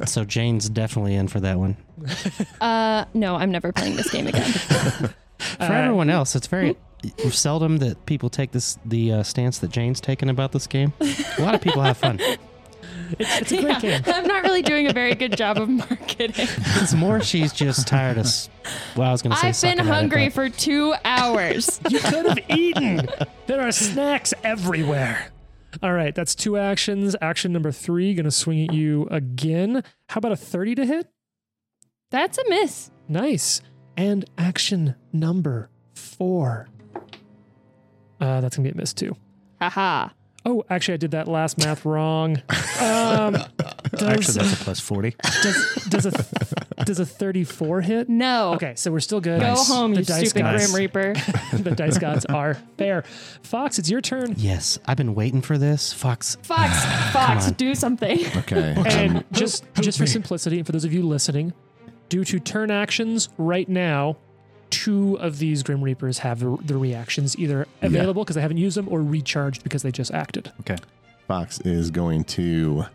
C: So Jane's definitely in for that one.
D: Uh, no, I'm never playing this game again.
C: For
A: Uh,
C: everyone else, it's very seldom
D: (laughs)
C: that people take this the uh, stance that Jane's taken about this game. A lot of people have fun.
A: It's, it's a great
D: Yeah,
A: game.
D: I'm not really doing a very good job of
C: (laughs)
D: marketing.
C: It's more she's just tired of. s- Well, I was gonna say.
D: I've been
C: sucking at it,
D: hungry
C: but-
D: for two hours.
A: (laughs) You could have eaten. There are snacks everywhere. All right, that's two actions. Action number three, gonna swing at you again. How about a 30 to hit?
D: That's a miss.
A: Nice. And action number four. Uh, that's gonna be a miss too.
D: Haha.
A: Oh, actually, I did that last math wrong. Um,
B: Actually,
A: does,
B: that's a
A: (laughs)
B: plus 40.
A: does, does a does a 34 hit?
D: No.
A: Okay, so we're still good.
D: Go
B: Nice.
D: home,
A: The
D: you
A: dice
D: stupid
A: gods.
C: (laughs)
D: Grim Reaper.
A: (laughs) the dice gods are fair. Fox, it's your turn.
C: Yes, I've been waiting for this. Fox.
D: Fox, Fox,
C: on.
D: do something.
F: Okay.
A: And
F: um,
A: just just for simplicity, and for those of you listening, due to turn actions right now, two of these Grim Reapers have the the reactions either available because I haven't used them or recharged because they just acted.
F: Fox is going to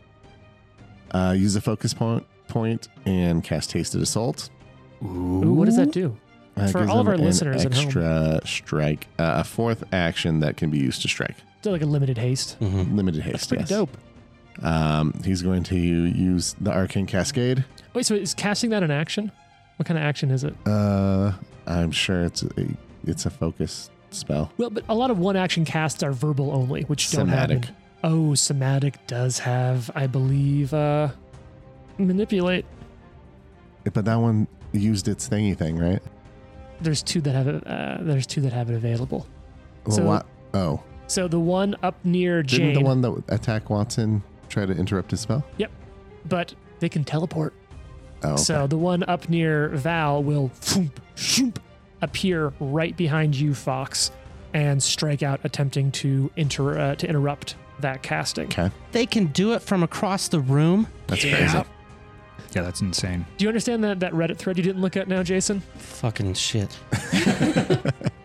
F: uh, use a focus point point and cast Tasted Assault.
A: Ooh, what does that do?
F: Uh,
A: For
F: gives
A: all of
F: them
A: our
F: an
A: listeners at home.
F: extra strike, uh, a fourth action that can be used to strike.
A: Still like a limited haste.
C: Mhm.
F: Limited haste.
A: That's pretty
F: yes.
A: dope.
F: Um, he's going to use the Arcane Cascade.
A: Wait, so is casting that an action? What kind of action is it?
F: Uh, I'm sure it's a, it's a focus spell.
A: Well, but a lot of one action casts are verbal only, which don't
F: Somatic.
A: happen. Oh, somatic does have, I believe, uh manipulate.
F: But that one used its thingy thing, right?
A: There's two that have it. Uh, there's two that have it available.
F: Well,
A: So-
F: wha- Oh,
A: So the one up near Jane,
F: didn't the one that attacked Watson try to interrupt his spell?
A: but they can teleport.
F: Oh, okay.
A: So the one up near Val will foomp, shoomp, appear right behind you, Fox, and strike out, attempting to inter uh, to interrupt that casting.
F: okay,
C: They can do it from across the room.
F: that's crazy.
B: Yeah, that's insane.
A: Do you understand that that Reddit thread you didn't look at now, Jason?
C: Fucking shit.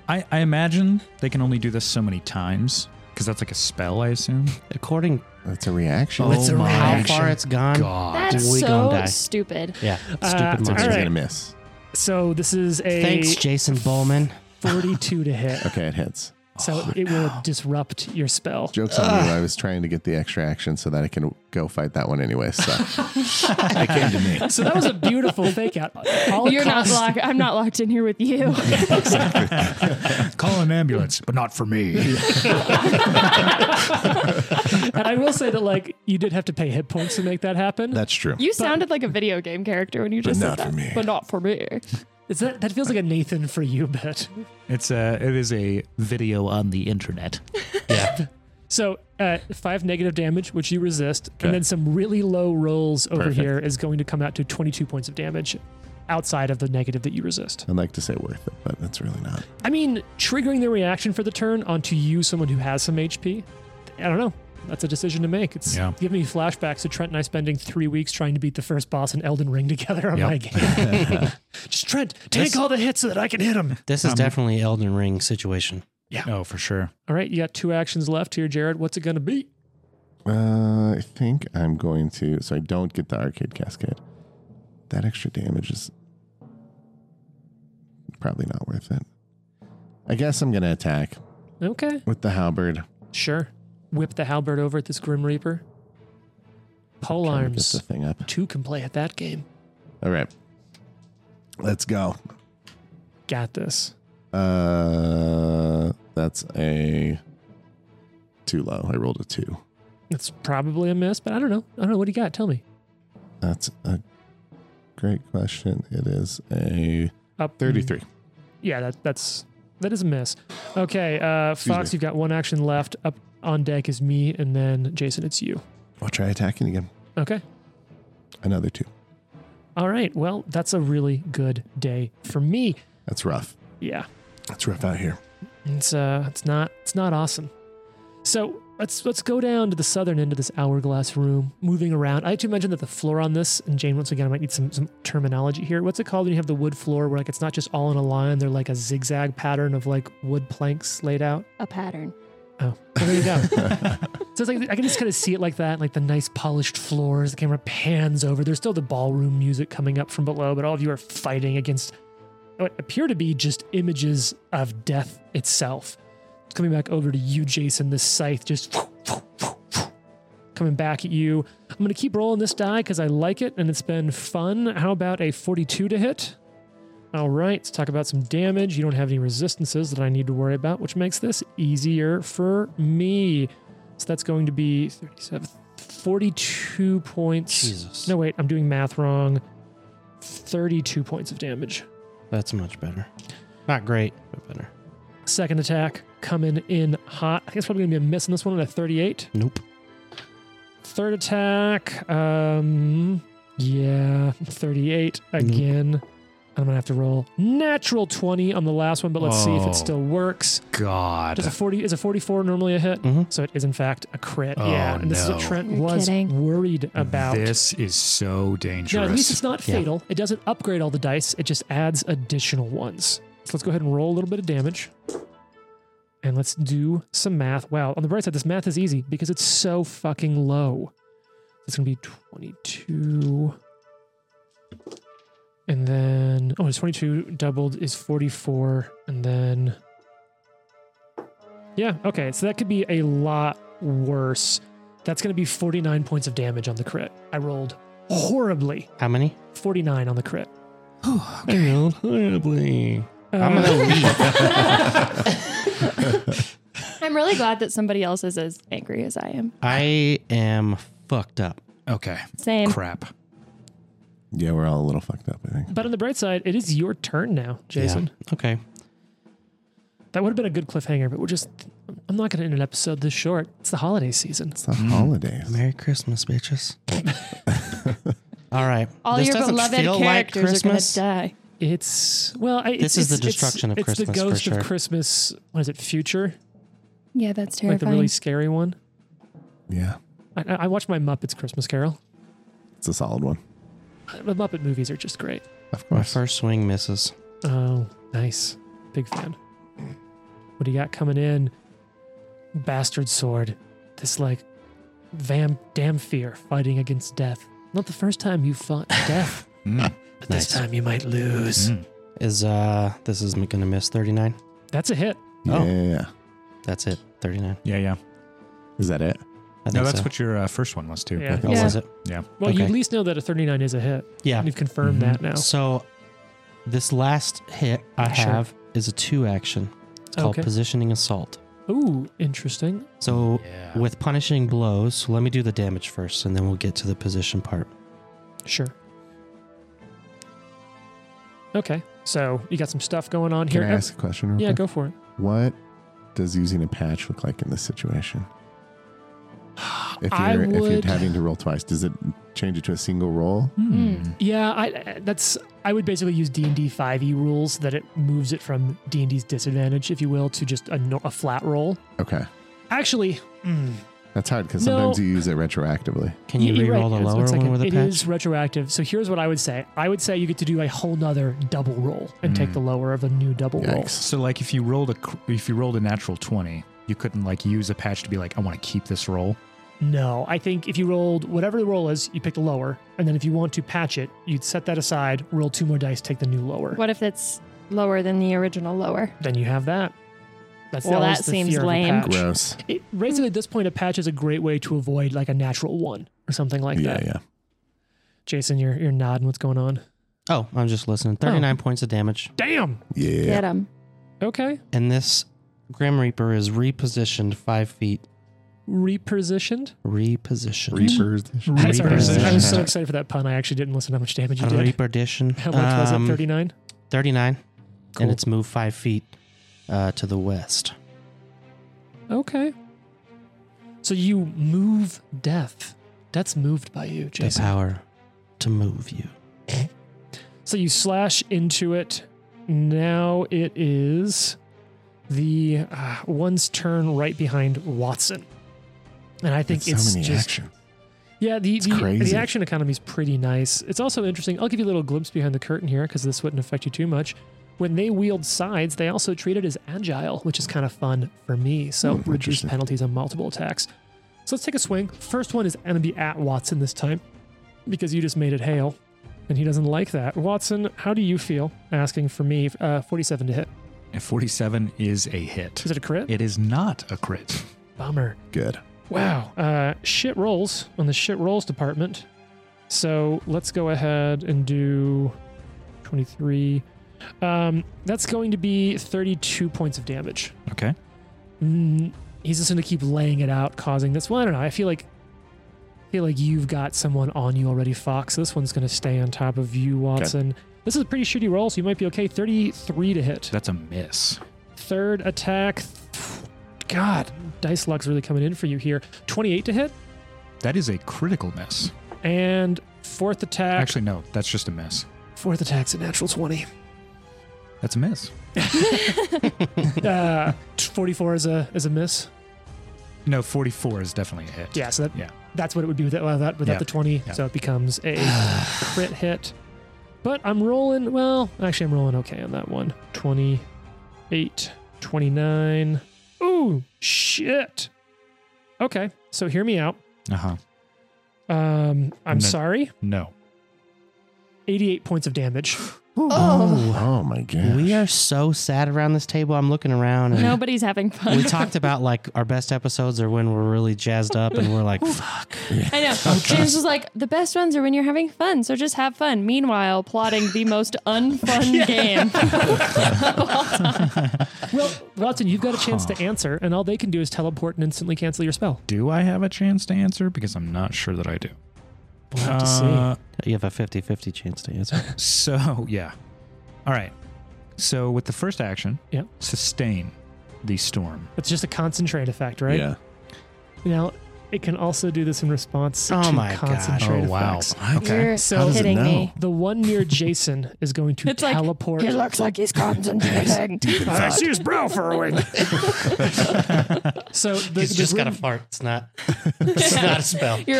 B: I, I imagine they can only do this so many times because that's like a spell,
A: (laughs)
B: I assume.
C: According
F: That's a reaction.
B: Oh, It's a my
C: how
B: reaction.
C: far it's gone.
B: God.
D: That's
C: we gonna
D: so
C: die.
D: stupid.
C: Yeah. Stupid
A: Uh,
C: monster.
F: He's
A: all right.
F: gonna miss.
A: So this is a (laughs)
C: Thanks, Jason Bowman.
A: 42 to hit.
F: Okay, it hits.
A: So
F: Oh,
A: it will disrupt your spell.
F: Jokes on you. I was trying to get the extra action so that I can go fight that one anyway. So it came to me.
A: So that was a beautiful
F: (laughs)
A: fake out. All it
D: You're not
A: costs-
D: locked. I'm not locked in here with
C: (laughs)
D: you.
B: Call an ambulance, but not for me.
A: And I will say that like you did have to pay hit points to make that happen.
F: That's true.
D: You sounded like a video game character when you just
F: not
D: said that.
F: for me.
D: But not for me.
A: Is that that feels like a Nathan for you bit.
B: It's a it is a
H: Video on the internet.
A: So uh, five negative damage, which you resist,
F: Okay.
A: and then some really low rolls over
F: Perfect.
A: here is going to come out to 22 points of damage outside of the negative that you resist.
F: I'd like to say worth it, but it's really not.
A: I mean, triggering the reaction for the turn onto you, someone who has some HP. I don't know. That's a decision to make. It's
B: Yeah.
A: giving me flashbacks to Trent and I spending three weeks trying to beat the first boss in Elden Ring (laughs) together on
B: Yep.
A: my game. Just Trent, take all the hits so that I can hit him.
C: This is
B: Um,
C: definitely Elden Ring situation.
B: oh for sure.
A: All right, you got two actions left here, Jared. What's it gonna be?
F: Uh, I think I'm going to. So I don't get the arcade cascade. That extra damage is probably not worth it. I guess I'm going to attack
A: Okay,
F: with the halberd.
A: sure. Whip the halberd over at this Grim Reaper. Pole
F: Trying to get
A: arms.
F: the thing up.
A: Two can play at that game.
F: All right. Let's go.
A: Got this.
F: Uh, that's a too low. I rolled a two.
A: It's probably a miss, but I don't know. I don't know what do you got. Tell me.
F: That's a great question. It is a
A: Up
F: 33.
A: yeah, that, that's that is a miss. Okay, uh,
F: Excuse
A: Fox,
F: me.
A: you've got one action left. Up on deck is me, and then Jason, it's you.
F: I'll try attacking again.
A: Okay.
F: Another two.
A: All right. Well, that's a really good day for me.
F: That's rough.
A: Yeah.
F: That's rough out here.
A: It's uh, it's not it's not awesome. So let's let's go down to the southern end of this hourglass room, moving around. I had to mention that the floor on this, and Jane, once again, I might need some some terminology here. What's it called when you have the wood floor where like it's not just all in a line, they're like a zigzag pattern of like wood planks laid out?
D: A pattern.
A: Oh, well, there you go. so it's like I can just kind of see it like that, like the nice polished floors. The camera pans over. There's still the ballroom music coming up from below, but all of you are fighting against what appear to be just images of death itself. It's coming back over to you, Jason. The scythe just coming back at you. I'm I'm going to keep rolling this die because I like it and it's been fun. How about a 42 to hit? All right, let's talk about some damage. You don't have any resistances that I need to worry about, which makes this easier for me. So that's going to be 37, 42 points.
C: Jesus.
A: No, wait, I'm doing math wrong. 32 points of damage.
C: That's much better. Not great, but better.
A: Second attack coming in hot. I think it's probably going to be a miss on this one at a 38.
C: Nope.
A: Third attack. Um, yeah, 38
B: Mm-hmm.
A: again. I'm gonna have to roll natural 20 on the last one, but let's see if
B: Oh.
A: it still works.
B: God.
A: Does a 40 is a 44 normally a hit?
C: Mhm.
A: So it is in fact a crit.
B: Mm. Oh,
A: yeah, and this is
B: no.
A: what Trent
D: You're
A: was
D: kidding.
A: worried about.
B: This is so
A: now
B: dangerous.
A: at least it's not
C: Yeah.
A: fatal. It doesn't upgrade all the dice. It just adds additional ones. So let's go ahead and roll a little bit of damage. And let's do some math. Wow, on the bright side, this math is easy because it's so fucking low. It's gonna be 22. And then, oh, it's 22 doubled is 44. And then, yeah, okay. So that could be a lot worse. That's gonna be 49 points of damage on the crit. I rolled horribly.
C: How many?
A: 49 on the crit.
C: horribly.
A: I'm gonna
D: I'm really glad that somebody else is as angry as I am.
C: I am fucked up.
B: okay.
D: Same.
B: Crap.
F: (laughs) Yeah, we're all a little fucked up, I think.
A: But on the bright side, it is your turn now, Jason.
C: Yeah. Okay.
A: That would have been a good cliffhanger, but we're just, I'm not going to end an episode this short. It's the holiday season.
F: It's the holidays.
C: Merry Christmas, (laughs) bitches. All right.
D: All
C: This
D: your
C: doesn't
D: beloved
C: feel like
D: characters are going
C: Christmas.
D: to die.
A: It's, well, I, it's,
C: This is the
A: it's-
C: destruction of
A: it's, It's
C: Christmas
A: the
C: for
A: ghost
C: sure.
A: of Christmas, what is it, future?
D: Yeah,
A: Like
D: that's
A: the
D: terrifying.
A: really scary one.
F: Yeah,
A: I, I watched my Muppets Christmas Carol. Uh,
F: it's a solid one.
A: The Muppet movies are just great.
F: Of
C: My
F: course.
C: first swing misses.
A: Oh, nice. Big fan. What do you got coming in? Bastard sword. This, like, vam- damn fear fighting against death. Not the first time you fought death,
B: Mm.
A: but
C: Nice.
A: this time you might lose.
B: Mm.
C: Is uh this is gonna miss 39?
A: That's a hit.
C: Oh.
F: Yeah.
C: That's it. 39.
B: Yeah, yeah.
F: Is that it?
C: I think
B: No, that's
C: so.
B: what your uh, first one was too.
A: Yeah.
C: Oh,
D: Yeah.
C: was it?
A: Well, you
C: Okay.
A: at least know that a 39 is a hit.
C: Yeah. Mm-hmm.
A: And you've confirmed
B: Mhm.
A: that now.
C: So this last hit I
A: Sure.
C: have is a two action. It's called
A: Okay.
C: positioning assault.
A: Ooh, interesting.
C: So
B: Yeah.
C: with punishing blows, so let me do the damage first and then we'll get to the position part.
A: Sure. Okay. So you got some stuff going on
F: Can
A: here.
F: I
A: Oh,
F: ask a question? Real
A: yeah,
F: quick?
A: go for it.
F: What does using a patch look like in this situation? If
A: I
F: you're if
A: would-
F: you're having to roll twice, does it change it to a single roll?
B: Mm.
A: Yeah, I uh, that's I would basically use D and D five e rules that it moves it from D and D's disadvantage, if you will, to just a, no- a flat roll.
F: Okay,
A: Actually, mm,
F: that's hard because
A: No.
F: sometimes you use it retroactively.
C: Can you
A: you're
C: re-roll
A: right.
C: the
A: It's-
C: lower
A: it's like
C: one
A: a-
C: with a
A: It
C: patch?
A: is retroactive. So here's what I would say: I would say you get to do a whole nother double roll and take
C: Hmm.
B: Mm.
A: the lower of a new double roll.
F: Yikes.
B: So like if you rolled a cr- if you rolled a natural 20, you couldn't like use a patch to be like I want to keep this roll.
A: No, I think if you rolled whatever the roll is, you pick the lower, and then if you want to patch it, you'd set that aside, roll two more dice, take the new lower.
D: What if it's lower than the original lower?
A: Then you have that. That's
D: Well,
A: always
D: that
A: the
D: seems
A: fear of a
D: lame.
A: patch.
F: Gross.
A: It, basically, at this point, a patch is a great way to avoid like a natural one or something like
F: yeah,
A: that.
F: yeah.
A: Jason, you're you're nodding. What's going on?
C: Oh, I'm just listening. 39 points of damage.
A: Damn.
F: Yeah.
D: Get
F: (laughs)
D: him.
A: Okay.
C: And this Grim Reaper is repositioned five feet.
A: Repositioned.
C: Repositioned.
F: Reapers.
A: I'm sorry, I was- I was so
F: (laughs)
C: Repositioned.
A: excited for that pun. I actually didn't listen how much damage you did.
C: Reposition.
A: How much was it?
C: Um,
A: Thirty nine.
C: 39.
A: Cool.
C: And it's moved five feet uh, to the west.
A: Okay. So you move death. Death's moved by you,
C: The
A: Jason.
C: power to move you.
A: So you slash into it. Now it is the uh, one's turn right behind Watson, and I think
F: That's so
A: it's
F: many
A: just
F: action.
A: Yeah, the
F: It's
A: the,
F: crazy.
A: the action economy is pretty nice. It's also interesting. I'll give you a little glimpse behind the curtain here because this wouldn't affect you too much. When they wield sides, they also treat it as agile, which is kind of fun for me. So
F: Hmm,
A: reduce
F: interesting.
A: penalties on multiple attacks. So let's take a swing. First one is going to be at Watson this time because you just made it hail, and he doesn't like that. Watson, how do you feel? Asking for me, uh, forty-seven to hit.
B: A 47 is a hit.
A: Is it a crit?
B: It is not a crit.
A: Bummer.
F: Good.
A: Wow. Uh, shit rolls on the shit rolls department. So let's go ahead and do 23. Um, that's going to be 32 points of damage.
B: Okay.
A: Mm, he's just going to keep laying it out, causing this. Well, I don't know. I feel like I feel like you've got someone on you already, Fox. This one's going to stay on top of you, Watson. This is a pretty shitty roll, so you might be okay. 33 to hit.
B: That's a miss.
A: Third attack. God, dice luck's really coming in for you here. 28 to hit.
B: That is a critical miss.
A: And fourth attack.
B: Actually, no, that's just a miss.
A: fourth attack's a natural 20.
B: That's a miss.
A: (laughs) Uh, 44 is a is a miss.
B: No, 44 is definitely a hit.
A: Yeah, so that,
B: Yeah.
A: that's what it would be without, without, without
B: Yeah.
A: the 20.
B: Yeah.
A: So it becomes a
B: (sighs)
A: crit hit. But I'm rolling, well, actually, I'm rolling okay on that one. 28, 29. Ooh, shit. Okay, so hear me out.
B: Uh huh.
A: Um, I'm
B: No.
A: sorry.
B: No.
A: 88 points of damage.
C: Oh.
F: Oh my god.
C: We are so sad around this table. I'm looking around and
D: Nobody's having
C: (laughs)
D: fun.
C: we talked about like our best episodes are when we're really jazzed up and we're like, fuck.
D: (laughs) I
F: (laughs)
D: know. James was like, the best ones are when you're having fun, so just have fun. Meanwhile, plotting the
F: (laughs)
D: most unfun game.
A: Well, Watson, you've got a chance to answer, and all they can do is teleport and instantly cancel your spell.
B: Do I have a chance to answer? Because I'm not sure that I do.
A: We'll have to see.
B: Uh,
C: You have a 50 50 chance to (laughs) answer.
B: So, (laughs) yeah. All right. So, with the first action,
A: Yeah.
B: sustain the storm.
A: It's just a concentrate effect, right?
F: Yeah.
A: Now, it can also do this in response
C: Oh
A: to
C: my God.
A: concentrate
B: oh, wow.
A: effects.
B: Okay.
D: You're
A: So-
D: kidding
F: How does
B: (laughs)
F: it
D: me.
A: The one near Jason is going to
D: It's like,
A: teleport.
D: looks like he's concentrating.
F: (laughs)
A: I see his brow furrowing. (laughs) so the,
C: He's
A: the
C: just got a
A: Grim,
C: fart. It's not, it's not a spell.
D: (laughs) You're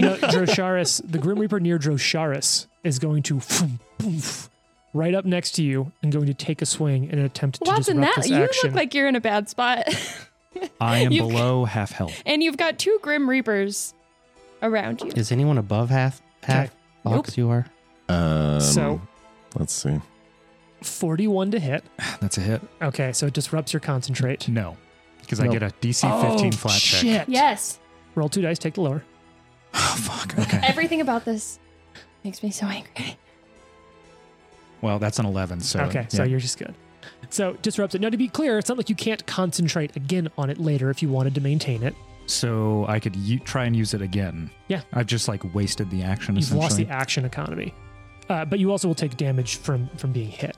A: (laughs)
F: (laughs)
A: no, Drosharis, the Grim Reaper near Drosharis is going to phoom, poof, right up next to you and going to take a swing in an attempt to
D: Watson,
A: disrupt
D: that
A: this
D: you
A: action.
D: look like you're in a bad spot, (laughs)
B: I am
D: You've-
B: below half health.
D: and you've got two Grim Reapers around you.
C: (laughs) Is anyone above half? Half?
A: Okay.
C: Fox, you are?
F: Um,
A: So- (laughs)
F: let's see.
A: 41 to hit.
B: That's a hit.
A: Okay, so it disrupts your concentrate.
B: No. Because I
F: Nope.
B: get a DC
D: Oh,
B: 15 flat check.
A: Oh, shit.
D: Yes,
A: Roll two dice, take the lower.
B: Oh, fuck. Okay.
D: everything about this makes me so angry.
B: Well, that's an 11. So,
A: okay, so
B: yeah.
A: you're just good. So disrupts it. Now, to be clear, it's not like you can't concentrate again on it later if you wanted to maintain it.
B: So I could u- try and use it again.
A: Yeah.
B: I've just like wasted the action.
A: You've lost
B: essentially.
A: the action economy, uh, but you also will take damage from from being hit.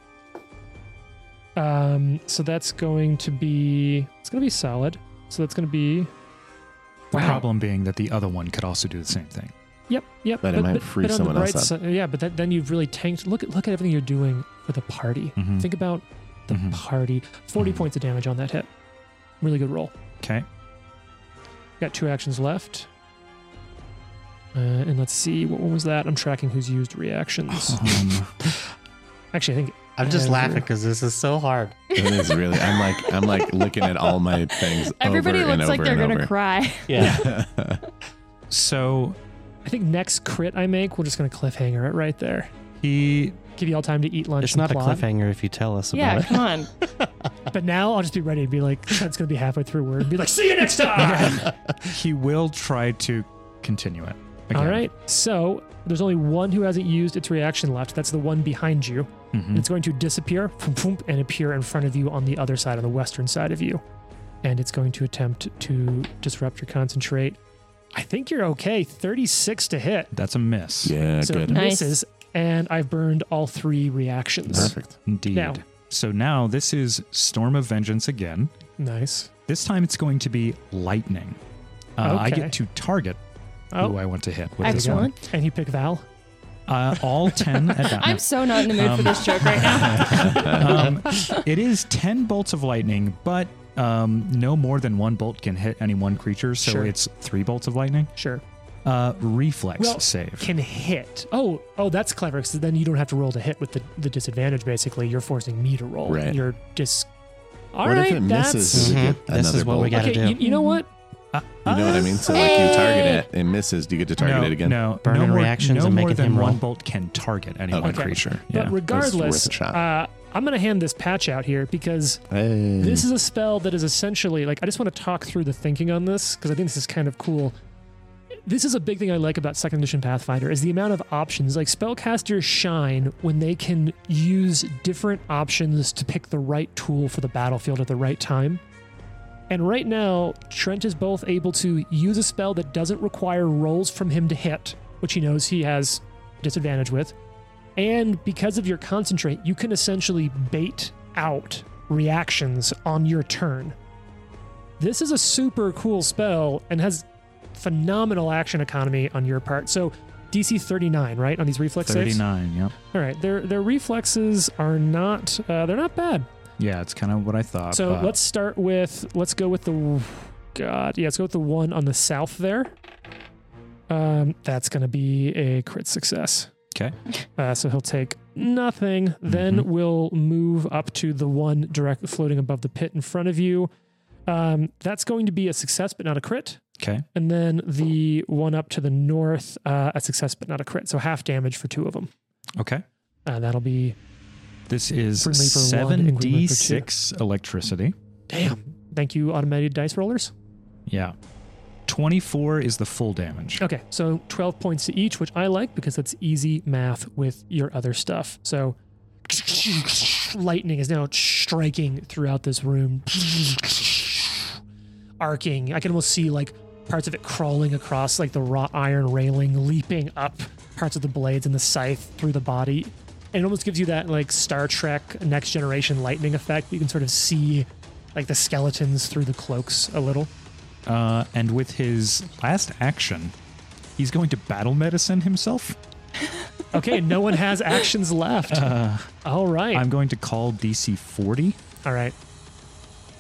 A: Um, so that's going to be it's going to be solid. So that's going to be
B: The
A: Wow.
B: problem being that the other one could also do the same thing.
A: yep, yep.
F: But it might free
A: on the
F: someone else
A: bright
F: up.
A: si- yeah, but that, then you've really tanked. Look at look at everything you're doing for the party.
F: Mm-hmm.
B: Mhm.
A: Think about the
B: Mhm.
A: party. 40
B: Mhm.
A: points of damage on that hit. Really good roll.
B: Okay.
A: Got two actions left. Uh, and let's see, what one was that? I'm tracking who's used
C: (laughs)
A: reactions.
B: Um,
A: (laughs) Actually, I think
C: I'm just
A: Yeah,
C: laughing
A: sure.
C: because this is so hard.
F: It is really. I'm like. I'm like looking at all my things.
D: Everybody
F: over
D: looks
F: and
D: like
F: over
D: they're
F: and
D: gonna
F: over.
D: cry.
C: Yeah.
B: so
A: I think next crit I make, we're just gonna cliffhanger it right there.
B: he
A: Give you all time to eat lunch.
C: it's
A: and
C: not a
A: plot.
C: cliffhanger if you tell us
D: Yeah,
C: about it.
D: come
F: (laughs)
D: on.
A: But now I'll just be ready to be like, that's gonna be halfway through. Word, and be like, see you
C: (laughs)
A: next time. (laughs)
B: he will try to continue it. Again.
A: all right. So there's only one who hasn't used its reaction left. That's the one behind you.
B: Mhm.
F: Mm.
A: And it's going to disappear boom, boom, and appear in front of you on the other side, on the western side of you. And it's going to attempt to disrupt your concentrate. I think you're okay. 36 to hit.
B: That's a miss.
F: (laughs) Yeah.
A: so it
F: good.
D: Nice.
A: misses, and I've burned all three reactions.
F: Perfect.
B: Indeed.
A: Now-
B: So now this is Storm of Vengeance again.
A: Nice.
B: This time it's going to be lightning. Uh, I
A: Okay.
B: get to target
A: Oh,
B: who I want to hit with this one.
D: Excellent.
A: and you pick Val.
B: Uh, all 10 at
A: (laughs)
B: that.
D: I'm so not in the mood for
B: Um,
D: this joke right
F: (laughs)
D: now.
B: um, it is 10 bolts of lightning, but um, no more than one bolt can hit any one creature. So
A: Sure.
B: it's three bolts of lightning.
A: Sure.
B: Uh, reflex
A: Well,
B: save.
A: Can hit. Oh, oh, that's clever. Because then you don't have to roll to hit with the, the disadvantage. Basically, you're forcing me to roll.
F: Right.
A: You're just. All
F: what
A: right.
F: if it
A: That's.
F: misses? Does it
C: Mhm.
F: get
C: This is
F: another
C: what we
F: bolt?
C: gotta
A: Okay.
C: do.
A: You, you know what?
F: You know what I mean? So like you target it and misses. Do you get to target
B: no,
F: it again?
B: No,
C: Burn
B: no
C: and
B: more,
C: reactions
B: no
C: and
B: more
C: making
B: than
C: him roll.
B: one bolt can target any
F: Okay.
B: one
A: Okay.
B: creature.
A: But
B: Yeah.
F: worth
A: regardless,
F: a shot.
A: uh, I'm going to hand this patch out here because
F: Hey.
A: this is a spell that is essentially like I just want to talk through the thinking on this because I think this is kind of cool. This is a big thing I like about second edition Pathfinder is the amount of options. Like spellcasters shine when they can use different options to pick the right tool for the battlefield at the right time. And right now, Trent is both able to use a spell that doesn't require rolls from him to hit, which he knows he has disadvantage with. And because of your concentrate, you can essentially bait out reactions on your turn. This is a super cool spell and has phenomenal action economy on your part. So DC 39, right? On these reflex saves?
B: 39, yep.
A: All right. Their their reflexes are not uh, they're not bad.
B: Yeah, it's kind of what I thought.
A: So
B: but
A: let's start with let's go with the God. Yeah, let's go with the one on the south there. Um, that's gonna be a crit success.
B: 'Kay.
A: Uh, so he'll take nothing. Then
B: Mhm.
A: we'll move up to the one direct floating above the pit in front of you. Um, that's going to be a success, but not a crit.
B: Okay.
A: And then the one up to the north, uh, a success, but not a crit. So half damage for two of them.
B: Okay.
A: Uh, that'll be
B: This is
A: For me for one and Gwynn for two.
B: 7d6 electricity.
A: damn. Thank you, automated dice rollers.
B: Yeah. 24 is the full damage.
A: Okay, so 12 points to each, which I like because that's easy math with your other stuff. So lightning is now striking throughout this room, arcing. I can almost see like parts of it crawling across like the wrought iron railing, leaping up parts of the blades and the scythe through the body. And it almost gives you that like Star Trek next generation lightning effect. You can sort of see like the skeletons through the cloaks a little.
B: Uh, and with his last action, he's going to battle medicine himself.
A: Okay, no one has actions left.
B: Uh-huh.
A: all right.
B: I'm going to call DC 40.
A: all right.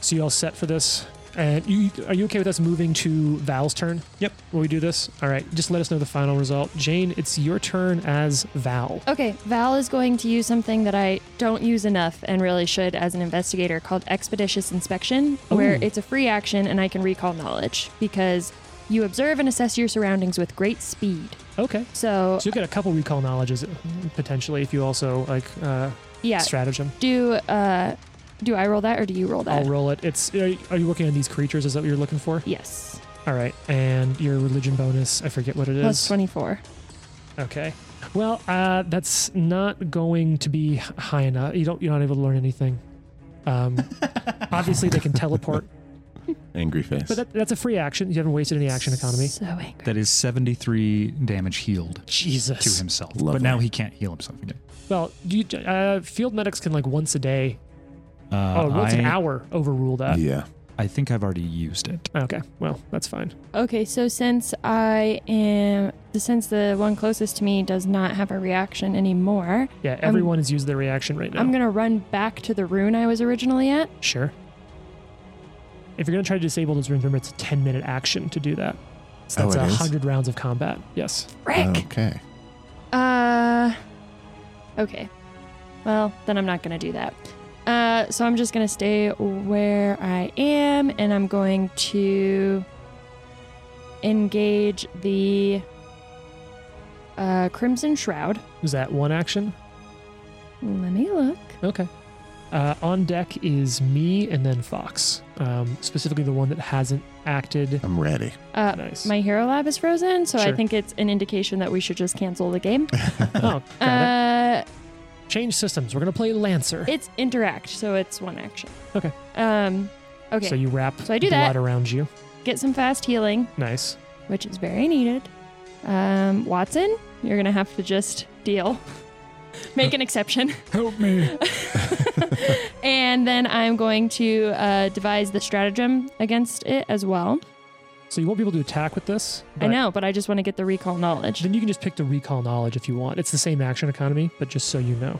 A: So you all set for this? And you are you okay with us moving to Val's turn?
B: Yep.
A: Will we do this? All right. Just let us know the final result. Jane, it's your turn as Val.
D: Okay, Val is going to use something that I don't use enough and really should as an investigator called Expeditious Inspection, where
A: Ooh.
D: it's a free action and I can recall knowledge because you observe and assess your surroundings with great speed.
A: Okay.
D: So,
A: So you'll get a couple recall knowledges uh, potentially if you also like uh,
D: yeah,
A: stratagem.
D: do uh, do I roll that or do you roll
A: I'll
D: that?
A: roll it. It's are you- are you working on these creatures? Is that what you're looking for?
D: Yes,
A: All right. And your religion bonus. I forget what it is.
D: plus twenty four.
A: Okay. Well, uh, that's not going to be high enough. You don't. You're not able to learn anything.
F: (laughs)
A: Um, obviously, they can teleport,
F: angry face.
A: but that, that's a free action. You haven't wasted any action economy.
D: So angry.
B: That is 73 damage healed to
A: Jesus.
B: himself. But
F: Lovely.
B: now he can't heal himself again.
A: Well, do you, uh, field medics can like once a day.
B: Uh,
A: Oh, once
B: I,
A: an hour overrule that.
F: yeah.
B: I think I've already used it.
A: Okay. Well, that's fine.
D: Okay, so since I am since the one closest to me does not have a reaction anymore,
A: Yeah. Everyone has used their reaction right now.
D: I'm gonna run back to the rune I was originally at.
A: Sure. If you're gonna try to disable those rooms, remember it's a 10 minute action to do that. So
F: Oh,
A: that's
F: it
A: a
F: is?
A: hundred rounds of combat. Yes.
D: Frick.
F: Okay.
D: Uh, okay. Well, then I'm not gonna do that. Uh, so I'm just gonna stay where I am, and I'm going to engage the uh, Crimson Shroud.
A: Is that one action?
D: Let me look.
A: Okay. Uh, on deck is me and then Fox, um, specifically the one that hasn't acted.
F: I'm ready.
D: Uh,
A: Nice.
D: my Hero Lab is frozen, so I
A: Sure.
D: think it's an indication that we should just cancel
A: (laughs)
D: the game.
A: oh, got it.
D: Uh,
A: Change systems. We're gonna play Lancer.
D: it's interact, so it's one action.
A: Okay.
D: Um, okay.
A: So you wrap
D: So I do
A: blood
D: that.
A: around you.
D: Get some fast healing.
A: Nice.
D: which is very needed. Um, Watson, you're gonna have to just deal, (laughs) make an exception,
B: Help me.
D: and then I'm going to uh, devise the stratagem against it as well.
A: (laughs) So you won't be able to attack with this.
D: I
A: but
D: know, but I just want to get the recall knowledge.
A: Then you can just pick the recall knowledge if you want. It's the same action economy, but just so you know.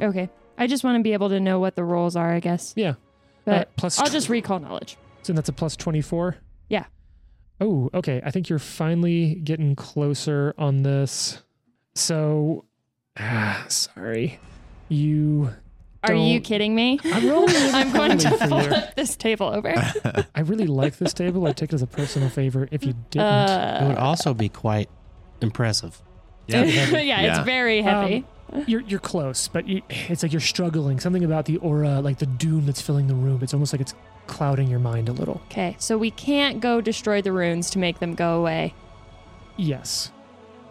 D: Okay, I just want to be able to know what the roles are, I guess.
A: Yeah.
D: But
A: Uh, plus
D: I'll
A: tw-
D: just recall knowledge.
A: So that's a plus 24?
D: Yeah.
A: Oh, okay. I think you're finally getting closer on this. So, ah, sorry. You.
D: Are you
A: Don't- (laughs)
D: kidding me?
A: I'm
D: (laughs)
A: rolling.
D: I'm going to
A: poorly for you.
D: flip (laughs) this table
A: (laughs)
D: over.
A: I really like this table. I'd take it as a personal favor if you didn't.
D: Uh,
C: It would also be quite impressive. (laughs)
D: (laughs) yeah, it's very
F: Yeah.
D: heavy.
A: Um, you're you're close, but you, it's like you're struggling. Something about the aura, like the doom that's filling the room. It's almost like it's clouding your mind a little.
D: Okay, so we can't go destroy the runes to make them go away
A: Yes,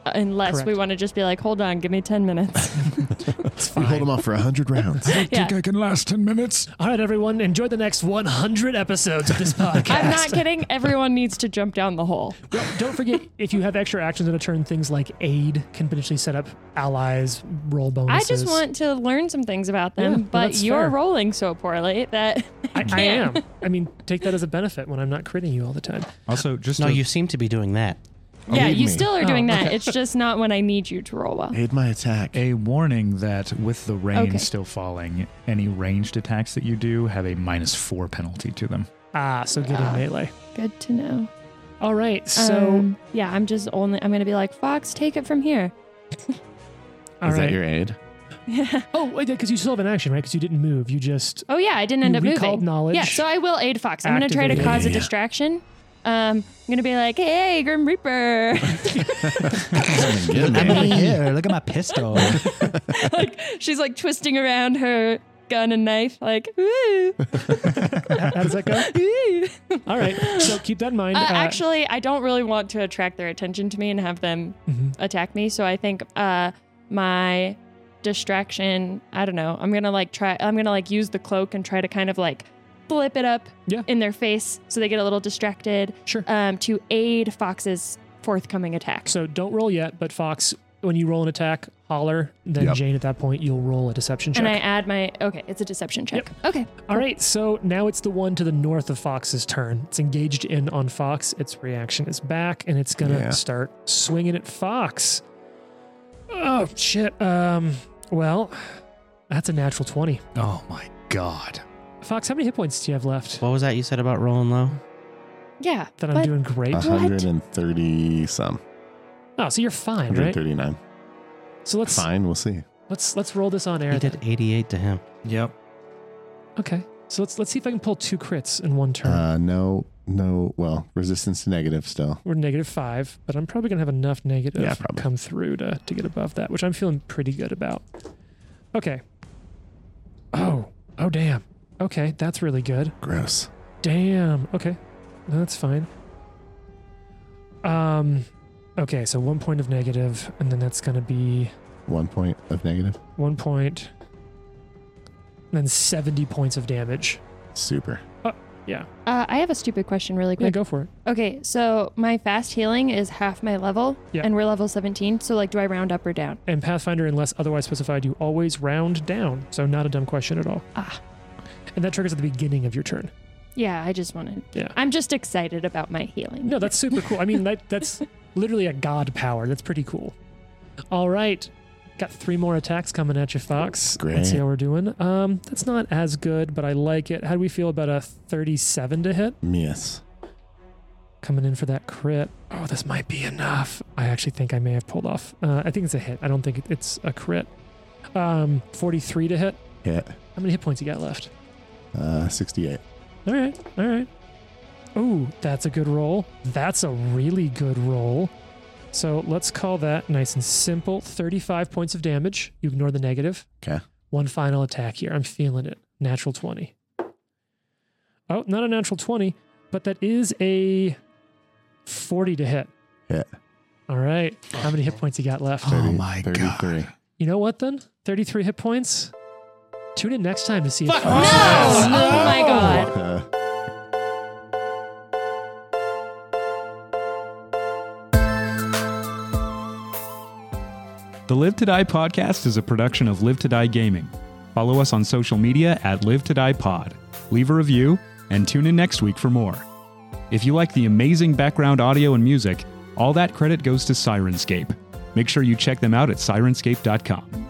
D: unless we
A: Correct.
D: want to just be like, hold on, give me
A: (laughs)
D: 10 minutes.
A: it's
F: We
A: fine.
F: hold them off
A: (laughs)
F: for 100 rounds.
D: yeah.
B: I can last 10 minutes.
A: All right, everyone, enjoy the next 100 episodes of this podcast.
D: (laughs) I'm not kidding. Everyone needs to jump down the hole.
A: Don't- Don't forget, if you have extra actions in a turn, things like aid can potentially set up allies, roll
D: I
A: bonuses.
D: just want to learn some things about
A: Yeah,
D: them,
A: well,
D: but
A: that's
D: you're
A: fair.
D: rolling so poorly that (laughs)
A: I, I am. I mean, take that as a benefit when I'm not critting you all the time.
B: Also, just
C: No,
B: to-
C: you seem to be doing that.
D: yeah,
F: Believe
D: you
F: me.
D: still are doing
A: Oh,
D: that. It's just not when I need you to roll well.
F: Aid my attack.
B: a warning that with the rain
D: Okay.
B: still falling, any ranged attacks that you do have a minus four penalty to them.
A: Ah, so getting
D: Ah.
A: melee.
D: Good to know.
A: All right, so
D: Um, yeah, I'm just only I'm gonna be like Fox, take it from here.
A: all
F: Is that
A: right.
B: (laughs)
F: your aid?
D: Yeah.
A: oh, wait, because you still have an action, right? Because you didn't move. You just
D: Oh yeah, I didn't end
A: You
D: up
A: recalled
D: moving.
A: knowledge.
D: Yeah, so I will aid Fox. I'm gonna try to
A: Activated.
D: cause a
F: Yeah.
D: distraction. Um, I'm gonna be like, hey, Grim Reaper, (laughs)
F: Get
C: I'm (laughs)
F: me.
C: in here. Look at my pistol.
D: like (laughs) she's like twisting around her gun and knife, like,
A: (laughs)
D: ooh, Uh,
A: how, how does
D: (laughs)
A: that go?
D: ooh.
A: All right, so keep that in mind.
D: Uh, actually, I don't really want to attract their attention to me and have them
A: mhm.
D: attack me. So I think uh, my distraction, I don't know, I'm going to like try, I'm going to like use the cloak and try to kind of like flip it up
A: Yeah.
D: in their face so they get a little distracted
A: sure.
D: um, to aid Fox's forthcoming attack.
A: So don't roll yet, but Fox, when you roll an attack, holler. Then
F: Yep.
A: Jane, at that point, you'll roll a deception check.
D: And I add my, okay, it's a deception check. Okay.
A: All right, so now it's the one to the north of Fox's turn. It's engaged in on Fox. Its reaction is back, and it's gonna
F: Yeah.
A: start swinging at Fox. Oh shit! Um, well, that's a natural twenty.
B: Oh my god.
A: Fox, how many hit points do you have left?
C: what was that you said about rolling low?
D: Yeah.
A: That I'm
D: but-
A: doing great.
F: Uh,
D: Uh-huh.
F: 130 some.
A: Oh, so you're fine, right?
F: 139.
A: So let's
F: Fine, we'll see.
A: let's let's roll this on air.
C: He did 88 to him.
B: Yep.
A: Okay. So let's let's see if I can pull two crits in one turn.
F: Uh, no, no. Well, resistance to negative still.
A: We're negative five, but I'm probably gonna have enough negative
F: Yeah, probably.
A: come through to, to get above that, which I'm feeling pretty good about. Okay. Oh, oh damn. Okay, that's really good.
F: Gross.
A: Damn. Okay, No, that's fine. Um, okay, so one point of negative, and then that's gonna be
F: One point of negative.
A: one point, and then seventy points of damage.
F: Super.
D: Uh, I have a stupid question really
A: Yeah,
D: quick.
A: go for it.
D: Okay. So my fast healing is half my level
A: Yeah.
D: and we're level 17. So like, do I round up or down?
A: And Pathfinder, unless otherwise specified, you always round down, so not a dumb question at all.
D: Ah.
A: And that triggers at the beginning of your turn.
D: Yeah. I just wanted,
A: Yeah.
D: I'm just excited about my healing.
A: No, that's super cool. I mean, that, that's literally a god power. That's pretty cool. All right. Got three more attacks coming at you, Fox. Let's see
F: Great.
A: how we're doing. Um, that's not as good, but I like it. How do we feel about a 37 to hit?
F: Miss.
A: Coming in for that crit. Oh, this might be enough. I actually think I may have pulled off. Uh, I think it's a hit. I don't think it- it's a crit. Um, 43 to hit.
F: Hit.
A: How many hit points you got left?
F: Uh, 68.
A: All right. All right. Oh, that's a good roll. That's a really good roll. So let's call that nice and simple 35 points of damage. You ignore the negative.
F: 'Kay.
A: One final attack here. I'm feeling it. Natural 20. Oh, not a natural 20, but that is a 40 to hit.
F: Hit.
A: All right. How many hit points you got left?
B: Oh my
F: 33.
B: god.
A: You know what then? 33 hit points. Tune in next time to see if.
D: No! (laughs) Oh my god.
F: Uh,
B: The Live to Die podcast is a production of Live to Die Gaming. Follow us on social media at Live to Die Pod. Leave a review and tune in next week for more. If you like the amazing background audio and music, all that credit goes to Sirenscape. Make sure you check them out at sirenscape.com.